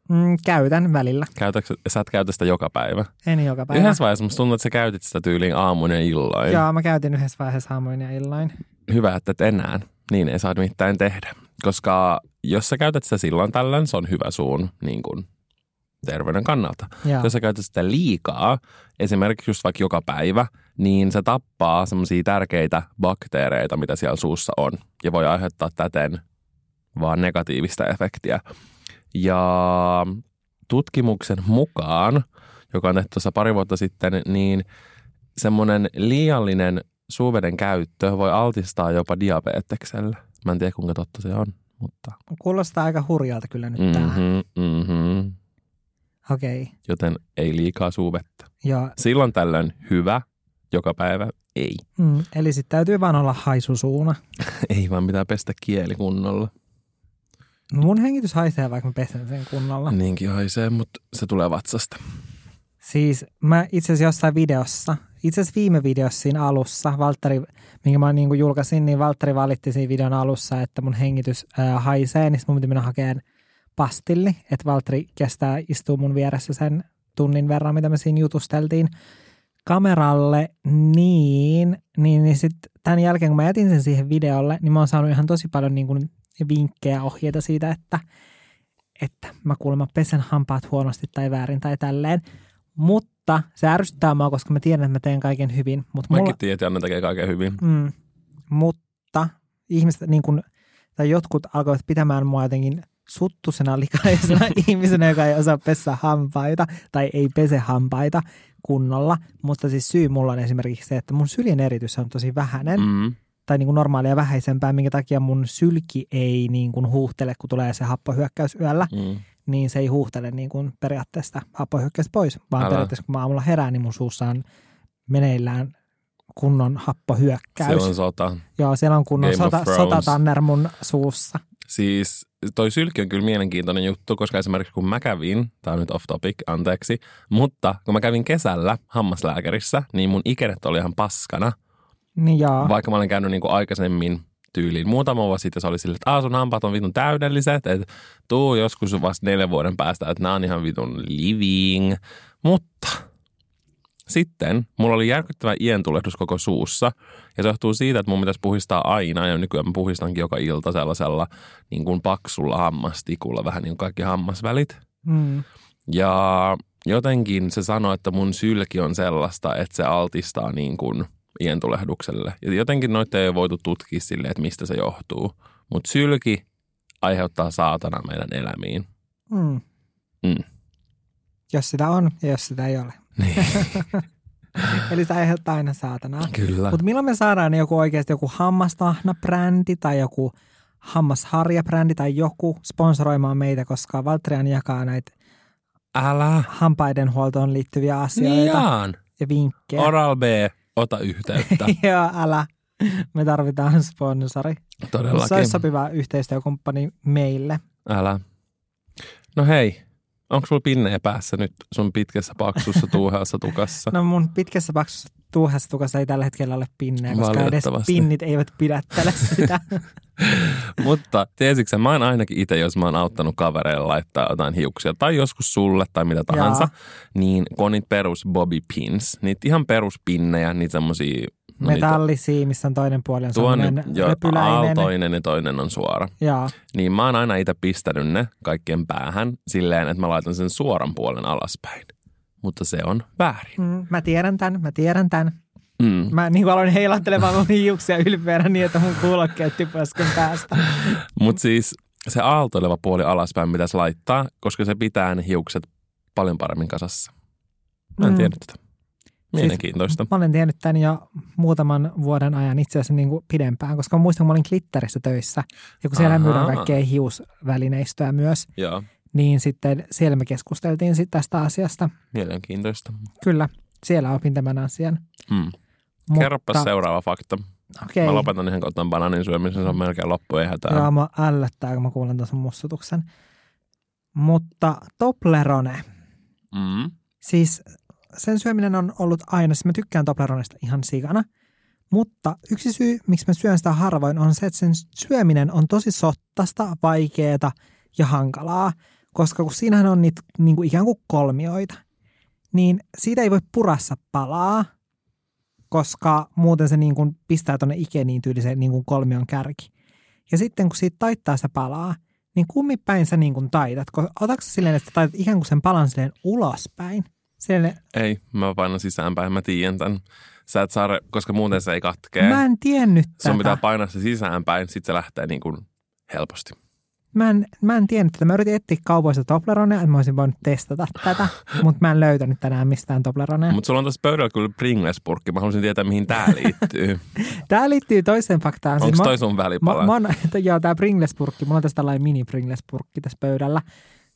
Mm, käytän välillä,
Käytätkö, sä et käytä sitä joka päivä.
en joka päivä.
päivä. Yhdessä vaiheessa musta tuntuu, että sä käytit sitä tyyliin aamuin ja illoin.
Jaa, mä käytin yhdessä vaiheessa aamuin ja illoin.
Hyvä, että et enää. Niin ei saa mitään tehdä. Koska jos sä käytät sitä silloin tällöin, se on hyvä suun niin kuin, terveyden kannalta.
Jaa.
Jos sä käytät sitä liikaa, esimerkiksi just vaikka joka päivä, niin se tappaa semmoisia tärkeitä bakteereita, mitä siellä suussa on. Ja voi aiheuttaa täten vaan negatiivista efektiä. Ja tutkimuksen mukaan, joka on tehty tuossa pari vuotta sitten, niin semmoinen liiallinen suuveden käyttö voi altistaa jopa diabetekselle. Mä en tiedä, kuinka totta se on, mutta...
Kuulostaa aika hurjalta kyllä nyt mm-hmm. tää.
Mm-hmm, mm-hmm.
Okei, okay.
Joten ei liikaa suuvettä.
joo.
Silloin tällöin hyvä, joka päivä ei.
Mm, eli sitten täytyy vaan olla haisusuuna.
Ei vaan mitään pestä kieli kunnolla.
No mun hengitys haisee, vaikka mä pesen sen kunnolla. Mm.
Niinkin haisee, mutta se tulee vatsasta.
Siis mä itse asiassa jossain videossa, itse asiassa viime videossa siinä alussa, Valtteri, minkä mä niin julkaisin, niin Valtteri valitti siinä videon alussa, että mun hengitys ää, haisee, niin sit mun piti mennä hakeen pastilli, että Valtteri kestää istuu mun vieressä sen tunnin verran, mitä me siinä jutusteltiin kameralle, niin, niin, niin sitten tämän jälkeen, kun mä jätin sen siihen videolle, niin mä oon saanut ihan tosi paljon niin kuin vinkkejä, ohjeita siitä, että, että mä kuulemma pesen hampaat huonosti tai väärin tai tälleen. Mutta se ärsyttää mua, koska mä tiedän, että mä teen kaiken hyvin. Mutta
Mäkin
mulla,
tiedän, että Janne tekee kaiken hyvin.
Mm, mutta ihmiset, niin kun, tai jotkut alkoivat pitämään mua jotenkin suttusena likaisena ihmisenä, joka ei osaa pessä hampaita tai ei pese hampaita kunnolla. Mutta siis syy mulla on esimerkiksi se, että mun syljen eritys on tosi vähäinen
Mm.
tai niin kuin normaalia vähäisempää, minkä takia mun sylki ei niin kuin huuhtele, kun tulee se happohyökkäys yöllä,
Mm.
niin se ei huuhtele niin kuin periaatteessa sitä happohyökkäystä pois, vaan
Älä.
Älä. periaatteessa kun mä aamulla herään, niin mun suussa on meneillään kunnon happohyökkäys.
Se on sota.
Joo, siellä on kunnon
Game of
sota,
Thrones.
sotatanner mun suussa.
Siis toi sylki on kyllä mielenkiintoinen juttu, koska esimerkiksi kun mä kävin, tää on nyt off topic, anteeksi, mutta kun mä kävin kesällä hammaslääkärissä, niin mun ikäret oli ihan paskana.
Niin joo, Va-
Vaikka mä olen käynyt niinku aikaisemmin tyyliin muutama vuosi sitten, se oli silleen, että "Aa, sun hampaat on vitun täydelliset, että tuu joskus vasta neljän vuoden päästä, että nämä on ihan vitun living. Mutta sitten mulla oli järkyttävä ientulehdus koko suussa ja se johtuu siitä, että mun pitäisi puhistaa aina ja nykyään mä puhistankin joka ilta sellaisella niin kuin paksulla hammastikulla, vähän niin kuin kaikki hammasvälit.
mm.
Ja jotenkin se sanoi, että mun sylki on sellaista, että se altistaa niin kuin ientulehdukselle. Ja jotenkin noita ei ole voitu tutkia sille, että mistä se johtuu. Mutta sylki aiheuttaa saatana meidän elämiin.
Mm.
Mm.
jos sitä on ja jos sitä ei ole.
Niin,
Eli se aiheuttaa aina saatanaa.
kyllä.
Mutta milloin me saadaan joku oikeasti joku hammastahna-brändi tai joku hammasharja-brändi tai joku sponsoroimaan meitä, koska Valtrian jakaa näitä
Älä.
hampaidenhuoltoon liittyviä
Niin
asioita
jaan.
ja vinkkejä.
Oral B, ota yhteyttä.
Joo, älä. Me tarvitaan sponsori. Mut Se
Todellakin.
olisi sopiva yhteistyökumppani meille.
Älä. No hei, onko sulla pinneä päässä nyt sun pitkässä paksussa tuuheassa tukassa?
No mun pitkässä paksussa tuuhassa tukassa ei tällä hetkellä ole pinneä, koska edes
Valitettavasti.
pinnit eivät pidättele sitä.
Mutta tiesitkö sä, mä oon ainakin itse, jos mä oon auttanut kavereilla laittaa jotain hiuksia, tai joskus sulle tai mitä tahansa,
Jaa.
niin kun on niitä perus bobby pins, niitä ihan peruspinnejä, niitä semmosia... no niitä-
Metallisia, missä on toinen puoli on
Tuon
semmoinen
jo
löpyläinen.
aaltoinen ja toinen on suora.
Joo,
Niin mä oon aina itse pistänyt ne kaikkien päähän silleen, että mä laitan sen suoran puolen alaspäin. Mutta se on väärin.
mm, mä tiedän tämän, mä tiedän tämän.
Mm.
Mä niin aloin heilattelemaan mun hiuksia ylpeänä niin, että mun kuulokkeet tippui äsken päästä.
Mutta siis se aaltoileva puoli alaspäin pitäisi laittaa, koska se pitää ne hiukset paljon paremmin kasassa. Mä en
Mm.
tiedä tätä. Mielenkiintoista.
Mä olen tiennyt tämän jo muutaman vuoden ajan itse asiassa niin kuin pidempään, koska mä muistan, kun mä olin Glitterissä töissä. Ja kun siellä
Ahaa.
myydään kaikkea hiusvälineistöä myös,
Joo.
niin sitten siellä me keskusteltiin sit tästä asiasta.
Mielenkiintoista.
Kyllä, siellä opin tämän asian.
Mm. Kerropa seuraava fakta.
Okei,
Mä
okay.
lopetan ihan kohtaan bananin syömisen, se on melkein loppu, ei hätää.
Joo, mä ällöttää, kun mä kuulen tuossa mussutuksen. Mutta Toblerone,
Mm.
siis sen syöminen on ollut aina, siis mä tykkään Tobleronesta ihan sikana. Mutta yksi syy, miksi mä syön sitä harvoin, on se, että sen syöminen on tosi sottasta, vaikeeta ja hankalaa. Koska kun siinähän on niitä niin kuin ikään kuin kolmioita, niin siitä ei voi purassa palaa, koska muuten se niin kuin pistää tuonne ikeniin tyyliseen niin kuin kolmion kärki. Ja sitten kun siitä taittaa se palaa, niin kummin päin sä niin kuin taitat? Ko- Otatko sä silleen, että sä taitat ikään kuin sen palan silleen ulospäin? Silleen,
Ei, mä painan sisäänpäin, mä tiedän tämän. Sä et saa, re- koska muuten se ei katkee.
mä en tiennyt tätä.
Sun pitää painaa se sisäänpäin, sit se lähtee niin kuin helposti.
Mä en, mä en tiennyt tätä. Mä yritin etsiä kaupoista Tobleronea, että mä olisin voinut testata tätä, mutta mä en löytänyt tänään mistään Tobleronea.
Mutta sulla on tässä pöydällä kyllä Pringles-purkki. Mä haluaisin tietää, mihin tää liittyy.
Tämä liittyy toiseen faktaan.
Onko
Siis mä-
toi sun välipala?
Mä, mä oon, että joo, tää Pringles-purkki, mulla on tässä tällainen mini Pringles-purkki tässä pöydällä,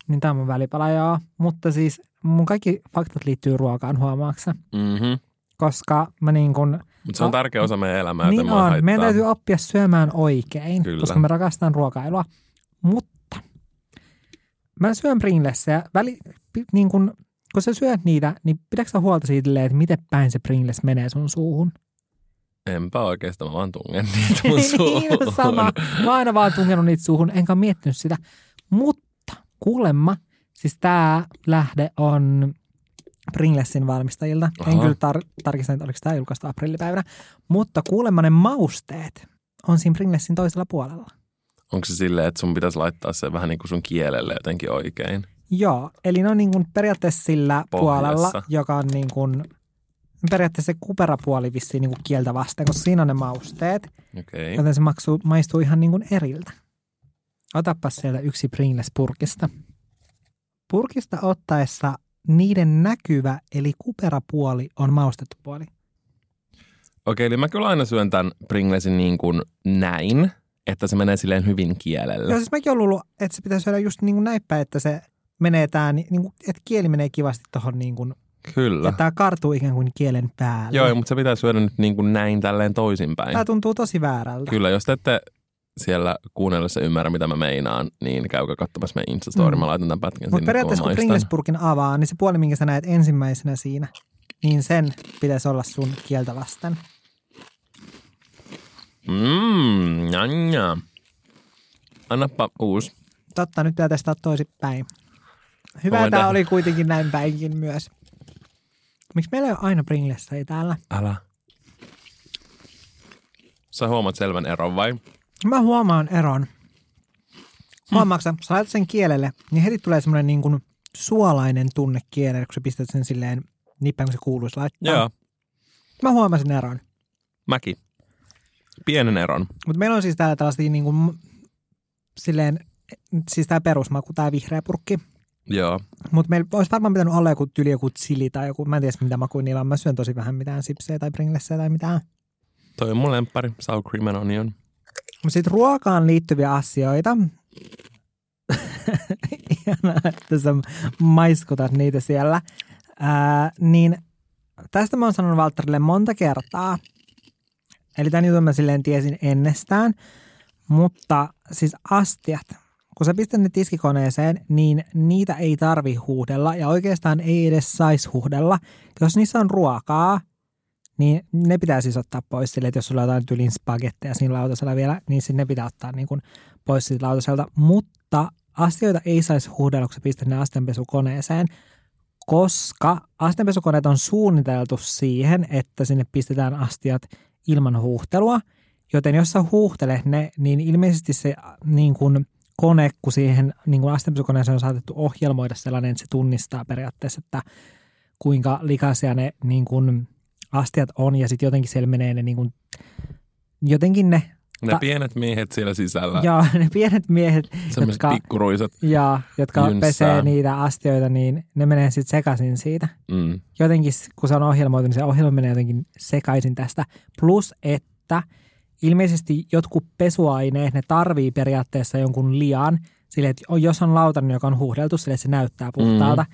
niin tämä on mun välipala, joo. Mutta siis mun kaikki faktat liittyy ruokaan huomaaksa,
mm-hmm.
koska mä niin kun,
Mutta se on
No,
tärkeä osa meidän elämää, joten
niin
mua
on,
haittaa.
meidän täytyy oppia syömään oikein,
Kyllä.
Kyllä. koska me rakastan ruokailua. Mutta mä syön Pringlesia, väli, pi- niin kun, kun sä syöt niitä, niin pidätkö sä huolta siitä, että miten päin se Pringles menee sun suuhun?
Enpä oikeastaan, mä vaan tungen niitä mun
niin,
suuhun.
sama. Mä oon aina vaan tunkenut niitä suuhun, enkä ole miettinyt sitä. Mutta kuulemma, siis tämä lähde on Pringlesin valmistajilta. Aha. En
Aha.
kyllä tar- tarkista, että oliko tämä julkaista aprillipäivänä. Mutta kuulemma ne mausteet on siinä Pringlesin toisella puolella.
Onko se silleen, että sun pitäisi laittaa se vähän niin kuin sun kielelle jotenkin oikein?
Joo, eli ne on niin kuin periaatteessa sillä
Pohjassa.
puolella, joka on niin kuin, periaatteessa se kuperapuoli vissiin niin kuin kieltä vasten, koska siinä on ne mausteet.
Okei. Okay.
joten se maksuu, maistuu ihan niin kuin eriltä. Otapa sieltä yksi Pringles-purkista. Purkista ottaessa niiden näkyvä eli kuperapuoli on maustettu puoli.
Okei, eli mä kyllä aina syön tämän Pringlesin niin kuin näin, että se menee silleen hyvin kielelle.
Joo, siis mäkin olen luullut, että se pitää syödä just niin kuin näin päin, että se menee tää, niin kuin, että kieli menee kivasti tuohon niin kuin, ja
Kyllä.
tämä kartuu ikään kuin kielen päälle.
Joo, mutta se pitää syödä nyt niin kuin näin tälleen toisinpäin.
Tämä tuntuu tosi väärältä.
Kyllä, jos te ette siellä kuunnellessa ymmärrä, mitä mä meinaan, niin käykää katsomassa meidän Instastory.
Mm.
Mä laitan tämän pätkän
Mutta
sinne,
periaatteessa kun
kun mä maistan.
Pringles-purkin avaa, niin se puoli, minkä sä näet ensimmäisenä siinä, niin sen pitäisi olla sun kieltä vasten.
Mm, jam, jam. Annapa uusi.
Totta, nyt pitää testaa toisinpäin. Hyvä
Mä voin
tämä
tehdä.
oli kuitenkin näin päinkin myös. Miksi meillä ei ole aina Pringlessä ei täällä?
Älä. Sä huomaat selvän eron vai?
Mä huomaan eron. Huomaatko sä, sä laitat sen kielelle, niin heti tulee semmoinen niin kuin suolainen tunne kielelle, kun sä pistät sen silleen niin päin, kun se kuuluisi laittaa.
Joo,
Mä huomasin eron.
mäkin. Pienen eron.
Mutta meillä on siis täällä tällaista niin kuin, m- silleen, siis tämä perusmaku, tämä vihreä purkki.
Joo.
Mutta meillä olisi varmaan pitänyt olla joku tyli, joku chili tai joku, mä en tiedä mitä makuja niillä on. Mä syön tosi vähän mitään sipsejä tai pringlessejä tai mitään.
Toi on mun lemppari, sour cream and onion.
Sitten ruokaan liittyviä asioita. Ihanaa, että sä maiskutat niitä siellä. Ää, niin tästä mä oon sanonut Valtterille monta kertaa. Eli tämän jutun mä silleen tiesin ennestään. Mutta siis astiat, kun sä pistät ne tiskikoneeseen, niin niitä ei tarvi huuhdella ja oikeastaan ei edes saisi huuhdella. Jos niissä on ruokaa, niin ne pitää siis ottaa pois sille, että jos sulla on jotain tylin spagetteja siinä lautasella vielä, niin sitten ne pitää ottaa niin kuin pois siitä lautaselta. Mutta asioita ei saisi huudella, kun sä pistät ne astenpesukoneeseen, koska astenpesukoneet on suunniteltu siihen, että sinne pistetään astiat ilman huuhtelua. Joten jos sä huuhtelet ne, niin ilmeisesti se äh, niin kuin kone, kun siihen niin kuin astenpesukoneeseen on saatettu ohjelmoida sellainen, että se tunnistaa periaatteessa, että kuinka likaisia ne niin kuin astiat on ja sitten jotenkin siellä menee ne niin kuin, jotenkin ne,
Ne
Ta-
pienet miehet siellä sisällä.
ja ne pienet miehet,
Semmoiset
jotka-
pikkuruiset.
ja, jotka
Jynsää.
Jynsää. pesee niitä astioita, niin ne menee sitten sekaisin siitä.
Mm.
Jotenkin s- kun se on ohjelmoitu, niin se ohjelma menee jotenkin sekaisin tästä. Plus, että ilmeisesti jotkut pesuaineet, ne tarvii periaatteessa jonkun lian Silleen, että jos on lautanen, joka on huuhdeltu silleen, että se näyttää puhtaalta, mm.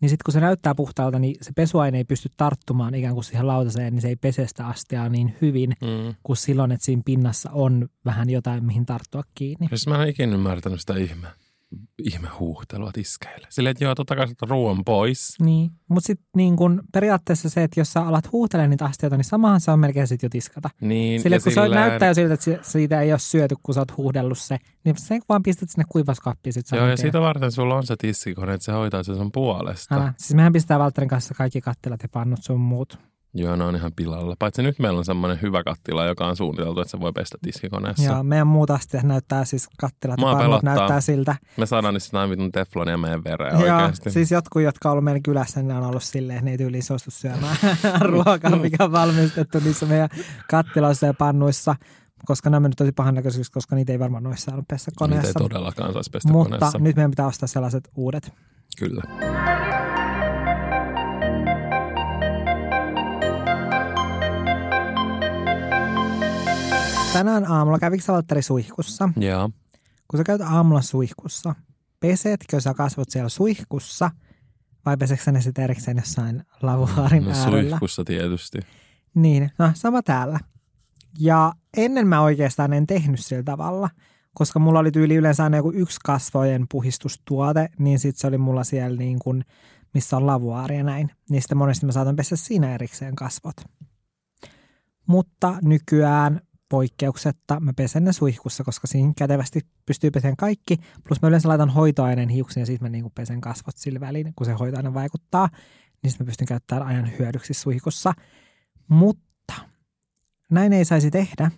niin sitten kun se näyttää puhtaalta, niin se pesuaine ei pysty tarttumaan ikään kuin siihen lautaseen, niin se ei pese sitä astiaa niin hyvin
Mm.
kuin silloin, että siinä pinnassa on vähän jotain, mihin tarttua kiinni.
Siis mä en ole ikinä ymmärtänyt sitä ihme, ihmehuuhtelua tiskeille. Silleen, että joo, totta kai sieltä ruoan pois.
Niin, mutta sitten niin kun periaatteessa se, että jos sä alat huuhtelee niitä astioita, niin samahan se on melkein sitten jo tiskata.
Niin,
Sille,
ja
kun se
silleen-
näyttää jo siltä, että si- siitä ei ole syöty, kun sä oot huuhdellut se, niin sä vaan pistät sinne kuivaskaappiin. Sit
Joo,
saman
ja
tien.
siitä varten sulla on se tissikone, että se hoitaa sen sun puolesta.
Älä. Siis mehän pistää Valtterin kanssa kaikki kattilat ja pannut sun muut.
Joo, ne on ihan pilalla. Paitsi nyt meillä on semmoinen hyvä kattila, joka on suunniteltu, että se voi pestä tiskikoneessa.
Ja meidän muut astiat näyttää siis kattilat ja
Mua
pannut
pelottaa.
näyttää siltä.
Me saadaan niistä näin vitun teflonia meidän vereä
Ja
oikeasti.
siis jotkut, jotka on ollut meidän kylässä, niin ne on ollut silleen, että ne ei tyyliin suostu syömään ruokaa,
Mm.
mikä on valmistettu niissä meidän kattiloissa ja pannuissa. Koska nämä nyt tosi pahan näköisiksi, koska niitä ei varmaan noissa ollut pestä
Niitä ei
koneessa.
todellakaan saisi pestä
Mutta
koneessa.
nyt meidän pitää ostaa sellaiset uudet.
Kyllä.
Tänään aamulla kävikö sä Valtteri suihkussa?
Joo.
Kun sä käyt aamulla suihkussa, pesetkö sä kasvot siellä suihkussa vai pesetkö sä ne sitten erikseen jossain lavuhaarin
No
äärellä?
suihkussa tietysti.
Niin, no sama täällä. Ja ennen mä oikeastaan en tehnyt sillä tavalla, koska mulla oli tyyli yleensä aina joku yksi kasvojen puhistustuote, niin sit se oli mulla siellä niin kuin, missä on lavuaari ja näin. Niin sitten monesti mä saatan pestä siinä erikseen kasvot. Mutta nykyään poikkeuksetta mä pesen ne suihkussa, koska siinä kätevästi pystyy peseen kaikki. Plus mä yleensä laitan hoitoaineen hiuksiin ja sitten mä niin kuin pesen kasvot sillä välin, kun se hoitoaine vaikuttaa. Niin sit mä pystyn käyttämään ajan hyödyksi suihkussa. Mutta näin ei saisi tehdä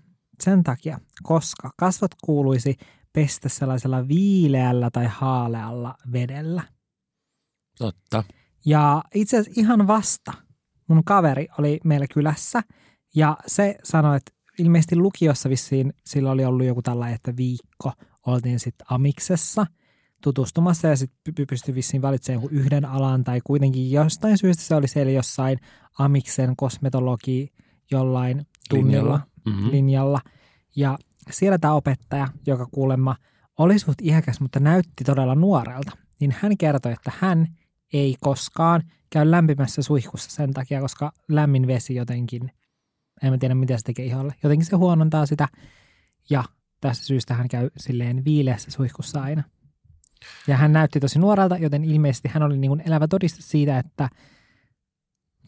sen takia, koska kasvot kuuluisi pestä sellaisella viileällä tai haalealla vedellä.
Totta.
Ja itse asiassa ihan vasta mun kaveri oli meillä kylässä ja se sanoi, että ilmeisesti lukiossa vissiin sillä oli ollut joku tällainen, että viikko oltiin sitten amiksessa tutustumassa ja sitten pystyi vissiin valitsemaan jonkun yhden alan tai kuitenkin jostain syystä se oli siellä jossain amiksen kosmetologi jollain tunnilla
Linjalla.
linjalla.
Mm-hmm.
linjalla. Ja siellä tämä opettaja, joka kuulemma oli suht iäkäs, mutta näytti todella nuorelta, niin hän kertoi, että hän ei koskaan käy lämpimässä suihkussa sen takia, koska lämmin vesi jotenkin, en mä tiedä mitä se tekee iholle, jotenkin se huonontaa sitä. Ja tästä syystä hän käy silleen viileässä suihkussa aina. Ja hän näytti tosi nuorelta, joten ilmeisesti hän oli niin kuin elävä todiste siitä, että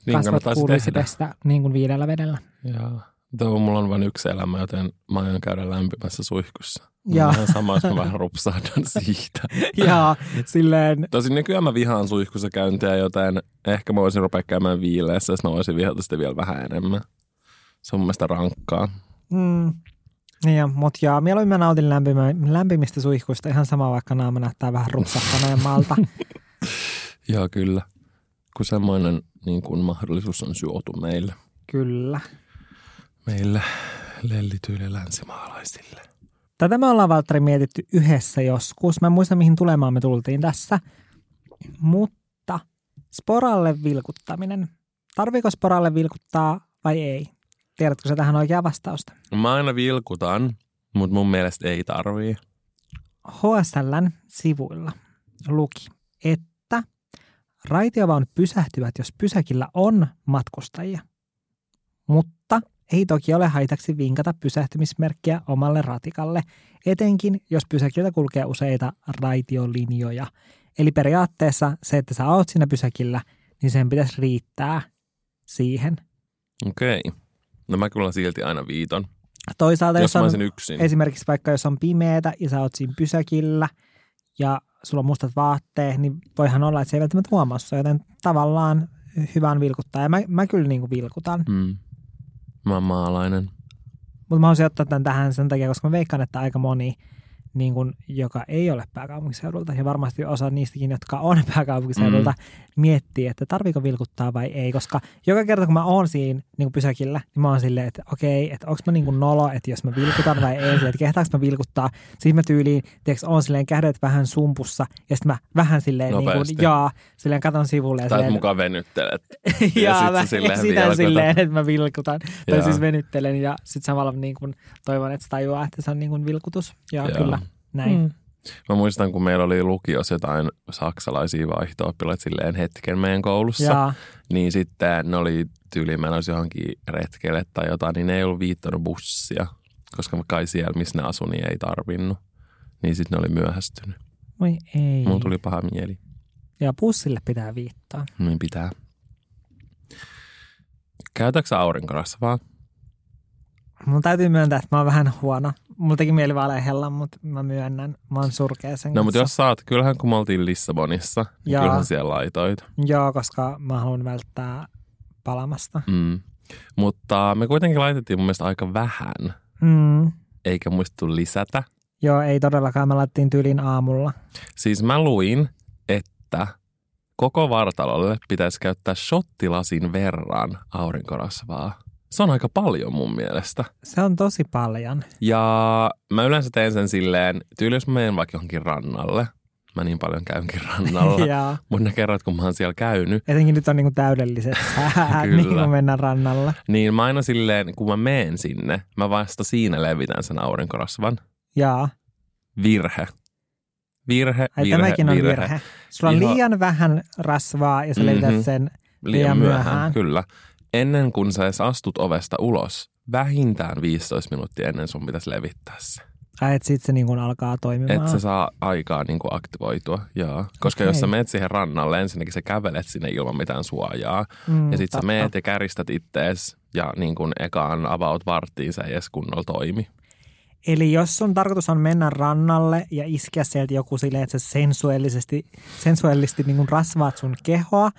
niin
kasvot
kannattaa se
kuuluisi
tehdä.
pestä niin kuin viidellä vedellä.
Jaa. Tuo mulla on vain yksi elämä, joten mä aion käydä lämpimässä suihkussa.
Jaa.
Jaa. Vähän sama, jos mä vähän rupsahdan siitä.
Ja silleen
Tosin nykyään mä vihaan suihkussa käyntiä, joten ehkä mä voisin rupea käymään viileässä, jos mä voisin vihata sitä vielä vähän enemmän. Se on mun mielestä rankkaa.
Mm. Niin, mutta joo, mieluummin mä nautin lämpimä, lämpimistä suihkuista ihan sama, vaikka naama näyttää vähän rupsahtaneemmalta.
Joo, kyllä. Kun semmoinen niin kuin mahdollisuus on syöty meille.
Kyllä.
Meillä lellityille länsimaalaisille.
Tätä me ollaan, Valtteri, mietitty yhdessä joskus. Mä en muista, mihin tulemaan me tultiin tässä. Mutta sporalle vilkuttaminen. Tarviiko sporalle vilkuttaa vai ei? Tiedätkö sä tähän oikeaa vastausta?
Mä aina vilkutan, mutta mun mielestä ei tarvii.
HSLn sivuilla luki, että raitiovaunut pysähtyvät, jos pysäkillä on matkustajia. Mutta ei toki ole haitaksi vinkata pysähtymismerkkiä omalle ratikalle, etenkin jos pysäkiltä kulkee useita raitiolinjoja. Eli periaatteessa se, että sä oot siinä pysäkillä, niin sen pitäisi riittää siihen.
Okei. No mä kyllä silti aina viiton.
Toisaalta,
jos
jos,
mä
on
olisin yksin.
Esimerkiksi vaikka jos on pimeätä ja sä oot siinä pysäkillä ja sulla on mustat vaatteet, niin voihan olla, että se ei välttämättä huomaa sua, joten tavallaan hyvä on vilkuttaa. Ja mä, mä kyllä niin kuin vilkutan.
Mm. Mä oon maalainen.
Mutta mä haluaisin ottaa tämän tähän sen takia, koska mä veikkaan, että aika moni, niin kuin, joka ei ole pääkaupunkiseudulta, ja varmasti osa niistäkin, jotka on pääkaupunkiseudulta, mm. miettii, että tarviiko vilkuttaa vai ei. Koska joka kerta, kun mä oon siinä niin kuin pysäkillä, niin mä oon silleen, että okei, että onko mä niin kuin nolo, että jos mä vilkutan vai ei, silleen, että kehtaanko mä vilkuttaa. Siis mä tyyliin, tiedätkö, oon silleen kädet vähän sumpussa, ja sitten mä vähän silleen, niin kuin,
Nopeasti.
jaa, silleen katon sivulle. ja
Tai et
silleen-
mukaan venyttelet.
ja,
Ja sit sä
mä
silleen
esitän
vilkutat.
silleen, että mä vilkutan. Tai
Joo.
siis venyttelen ja sitten samalla niin kun, toivon, että se tajuaa, että se on niin kun vilkutus. Ja,
Joo.
kyllä, näin. Mm.
Mä muistan, kun meillä oli lukiossa jotain saksalaisia vaihto-oppilaita silleen hetken meidän koulussa,
Jaa.
niin sitten ne oli tyyliin menossa johonkin retkelle tai jotain, niin ne ei ollut viittonut bussia, koska kai siellä, missä ne asui, niin ei tarvinnut. Niin sitten ne oli myöhästynyt.
Voi ei.
Mulla tuli paha mieli.
Ja pussille pitää viittaa.
Niin pitää. Käytätkö sä aurinkorasvaa?
Mun täytyy myöntää, että mä oon vähän huono. Mulla teki mieli valehella, mutta mä myönnän. Mä oon surkea sen
No
kanssa.
mutta jos saat, kyllähän kun me oltiin Lissabonissa, niin
Jaa.
kyllähän siellä laitoit.
Joo, koska mä haluan välttää palamasta.
Mm. Mutta me kuitenkin laitettiin mun mielestä aika vähän,
Mm.
eikä muistu lisätä.
Joo, ei todellakaan. Mä laitettiin tyylin aamulla.
Siis mä luin, että koko vartalolle pitäisi käyttää shottilasin verran aurinkorasvaa. Se on aika paljon mun mielestä.
Se on tosi paljon.
Ja mä yleensä teen sen silleen, tyyli jos mä menen vaikka johonkin rannalle. Mä niin paljon käynkin rannalla.
ja
Mutta ne kerrat, kun mä oon siellä käynyt,
etenkin nyt on niinku täydelliset säät,
Kyllä.
niin kun mennään rannalle.
niin mä aina silleen, kun mä menen sinne, mä vasta siinä levitän sen aurinkorasvan.
Jaa.
Virhe. Virhe,
Ai
virhe,
tämäkin on
virhe.
virhe. Sulla on
Iho-
liian vähän rasvaa ja sä levität
Mhm.
sen.
liian myöhään.
myöhään.
Kyllä. Ennen kuin sä edes astut ovesta ulos, vähintään 15 minuuttia ennen sun pitäisi levittää se.
Ai, että sit se niinku alkaa toimimaan.
Et sä saa aikaa niinku aktivoitua. Jaa. Koska jos sä
Okei.
menet siihen rannalle, ensinnäkin sä kävelet sinne ilman mitään suojaa.
Mm,
ja sit sä
totta.
meet ja käristät ittees ja niin kun ekaan avaut varttiin, sä ei edes kunnolla toimi.
Eli jos sun tarkoitus on mennä rannalle ja iskeä sieltä joku silleen, että sä sensuellisesti, sensuellisesti niin kuin rasvaat sun kehoa,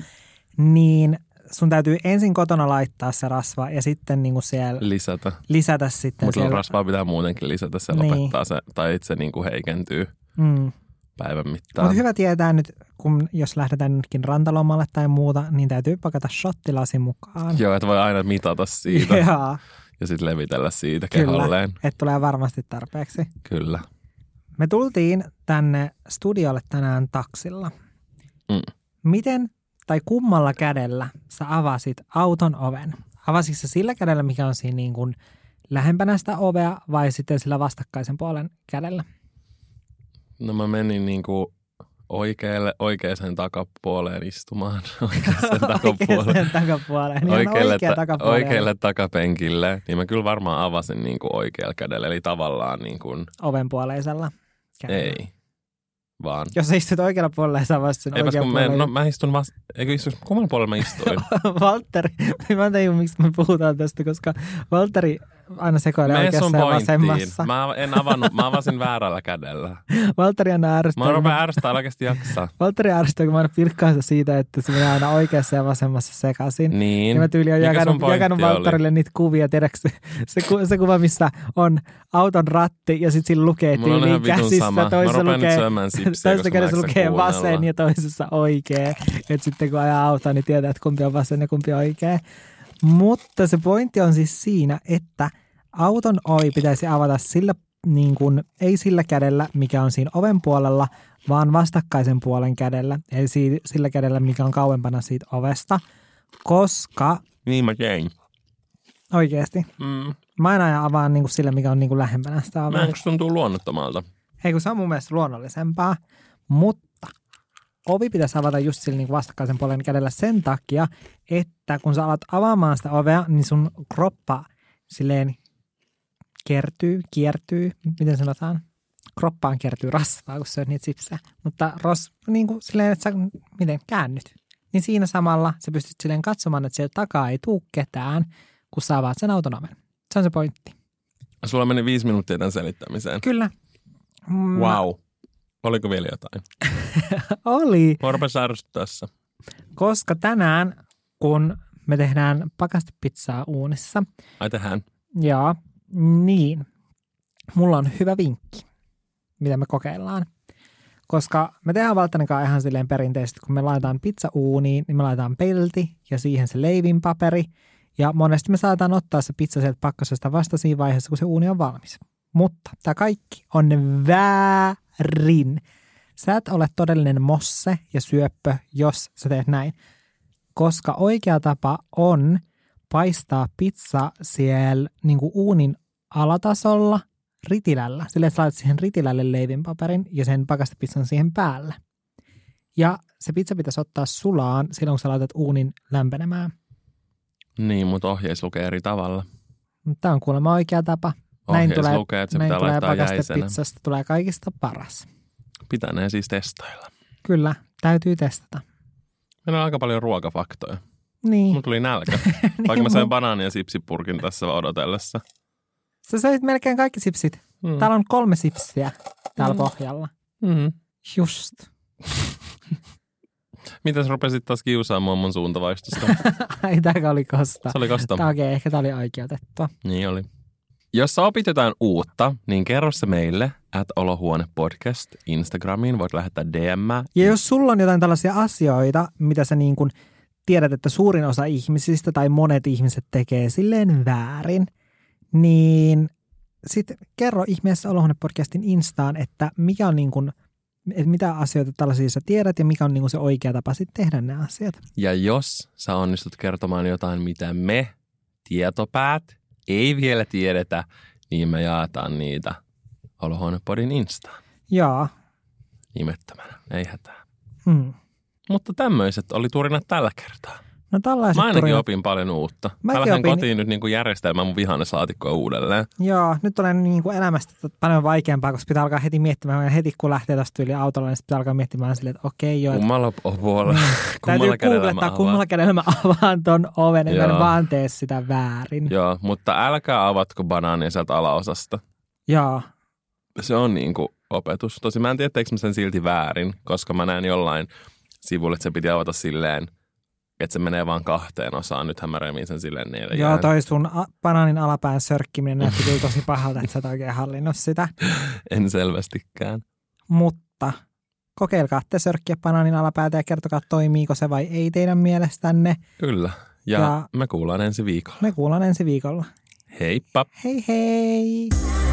niin sun täytyy ensin kotona laittaa se rasva ja sitten niin kuin siellä
Lisätä.
lisätä sitten.
Mutta
siellä,
rasvaa pitää muutenkin lisätä, se
Niin.
lopettaa se, tai itse niinku heikentyy
Mm.
päivän mittaan.
Mutta hyvä tietää nyt, kun jos lähdetään nytkin rantalomalle tai muuta, niin täytyy pakata shottilasi mukaan.
Joo, että voi aina mitata siitä
Jaa,
ja sitten levitellä siitä
Kyllä.
keholleen.
että tulee varmasti tarpeeksi.
Kyllä.
Me tultiin tänne studiolle tänään taksilla.
Mm.
Miten tai kummalla kädellä sä avasit auton oven? Avasitko sä sillä kädellä, mikä on siinä niin kuin lähempänä sitä ovea vai sitten sillä vastakkaisen puolen kädellä?
No mä menin niinku oikealle, oikeaan takapuoleen istumaan. Oikeaan takapuoleen.
Oikeaan takapuoleen. Niin
Oikealle,
oikealle, oikea
ta-
takapuoleen.
oikealle takapenkille, niin mä kyllä varmaan avasin niinku oikealla kädellä, eli tavallaan niinku,
Oven puoleisella. kädellä.
ei, vaan.
Jos sä istut oikealla puolella, sä avasit sen
Eipäs
oikean
kun mä,
puolen.
no, mä istun vasta, eikö istun, kummalla puolella mä istuin?
Valtteri, mä en tajua, miksi me puhutaan tästä, koska Valtteri aina sekoilee
Mene sun
oikeassa ja
pointtiin.
vasemmassa.
Mä en avannut, mä avasin väärällä kädellä.
Valtteri aina
Mä
ärsyttää. kun
rupean ärsyttää oikeasti jaksaa.
Valtteri ärsyttää, kun mä aina pilkkaan sitä siitä, että se menee aina oikeassa ja vasemmassa sekaisin.
Niin.
Ja mä tyyli on
Mikä sun
jakanut,
pointti
jakanut
oli?
Valttarille niitä kuvia, tiedätkö se, se, ku, se kuva, missä on auton ratti ja sitten sillä lukee
Mulla on
tyyli
ihan vitun sama.
käsissä,
Mä
toisessa
rupean nyt
lukee,
syömään sipsiä, koska
toisessa
mä
kädessä
jaksan
lukee
kuunnella.
vasen ja toisessa oikea. Et sitten kun ajaa autoa, niin tietää, että kumpi on vasen ja kumpi oikea. Mutta se pointti on siis siinä, että auton ovi pitäisi avata sillä, niin kuin, ei sillä kädellä, mikä on siinä oven puolella, vaan vastakkaisen puolen kädellä, eli si- sillä kädellä, mikä on kauempana siitä ovesta, koska
Niin mä tein.
oikeasti
Mm.
mä en aina avaan niin kuin sillä, mikä on niin kuin lähempänä sitä
Mä
ovea.
en tuntuu luonnottomalta.
Ei kun se on mun mielestä luonnollisempaa, mutta ovi pitäisi avata just sillä niin vastakkaisen puolen kädellä sen takia, että kun sä alat avaamaan sitä ovea, niin sun kroppa silleen kertyy, kiertyy, miten sanotaan? Kroppaan kertyy rasvaa, kun syöt niitä sipsejä. Mutta ros, niin kuin silleen, että sä miten käännyt. Niin siinä samalla sä pystyt silleen katsomaan, että siellä takaa ei tuu ketään, kun sä avaat sen auton oven. Se on se pointti.
Sulla meni viisi minuuttia tämän selittämiseen.
Kyllä. Mm,
Wow. Oliko vielä jotain?
Oli.
Mua rupesi ärsyttää se.
koska tänään, kun me tehdään pakastepizzaa uunissa,
Ai tehdään.
ja niin, mulla on hyvä vinkki, mitä me kokeillaan. Koska me tehdään Valttarin kanssa ihan silleen perinteisesti, kun me laitetaan pizza uuniin, niin me laitetaan pelti ja siihen se leivinpaperi. Ja monesti me saataan ottaa se pizza sieltä pakkasesta vasta siinä vaiheessa, kun se uuni on valmis. Mutta tämä kaikki on väärin. Sä et ole todellinen mosse ja syöppö, jos sä teet näin. Koska oikea tapa on paistaa pizza siellä niin kuin uunin niinku alatasolla ritilällä. Silleen, että sä laitat siihen ritilälle leivinpaperin ja sen pakastepizzan siihen päälle. Ja se pizza pitäisi ottaa sulaan silloin, kun sä laitat uunin lämpenemään.
Niin, mutta ohjeis lukee eri tavalla.
Tämä on kuulemma oikea tapa. Näin
Ohjeis
tulee-
lukee, että se
Meidän
pitää
tulee
laittaa jäisenä.
pakastepizzasta, tulee kaikista paras.
Pitäneen siis testailla.
Kyllä, täytyy testata.
Meillä on aika paljon ruokafaktoja.
Niin.
Mun tuli nälkä,
Niin,
vaikka mä sain
mut
banaani ja sipsipurkin tässä odotellessa.
Sä söit melkein kaikki sipsit.
Mm.
Täällä on kolme sipsiä täällä
Mm.
pohjalla.
Mm.
Just.
Miten sä rupesit taas kiusaamaan mun suuntavaistosta?
Ai, tää oli kosta.
Se oli kosta.
Tää, okei, ehkä tää oli oikeutettua.
Niin oli. Jos sä opit jotain uutta, niin kerro se meille at olohuone podcast Instagramiin. Voit lähettää DM.
Ja jos sulla on jotain tällaisia asioita, mitä sä niin kuin tiedät, että suurin osa ihmisistä tai monet ihmiset tekee silleen väärin, niin sitten kerro ihmeessä Olohuone-podcastin instaan, että mikä on niin kuin, että mitä asioita tällaisia sä tiedät ja mikä on niin kuin se oikea tapa sitten tehdä nämä asiat.
Ja jos sä onnistut kertomaan jotain, mitä me tietopäät ei vielä tiedetä, niin me jaetaan niitä olohuonepodin Instaan
Joo.
nimettömänä. Ei hätää.
Hmm.
Mutta tämmöiset oli turinat tällä kertaa.
No tällaiset
Mä ainakin
turinat-
opin paljon uutta. Mä,
Mäkin
lähden
opin-
kotiin nyt niin kuin järjestelmään mun vihanneslaatikkoa uudelleen.
Joo, nyt olen niin kuin elämästä tot- paljon vaikeampaa, koska pitää alkaa heti miettimään, ja heti kun lähtee tästä yli autolla, niin sit pitää alkaa miettimään silleen, että okei joo, että
Kummalla puolella?
täytyy
Kummalla kädellä mä
googlettaa,
avaan?
kummalla kädellä mä avaan ton oven, että mä en
Joo.
vaan tee sitä väärin. Joo,
Joo, mutta älkää avatko banaania sieltä alaosasta.
joo,
Se on niin kuin opetus. Tosi mä en tiedä, teekö mä sen silti väärin, koska mä näen jollain sivulla, että se piti avata silleen, että se menee vaan kahteen osaan. Nythän mä remin sen silleen neljään.
joo toi sun a- banaanin alapään sörkkiminen näytti kyllä tosi pahalta, että sä et oikein hallinnut sitä.
En selvästikään.
Mutta kokeilkaa te sörkkiä banaanin alapäätä ja kertokaa, toimiiko se vai ei teidän mielestänne.
Kyllä. Ja,
Ja-
ja... me kuullaan ensi viikolla.
Me kuullaan ensi viikolla.
Heippa!
Hei hei!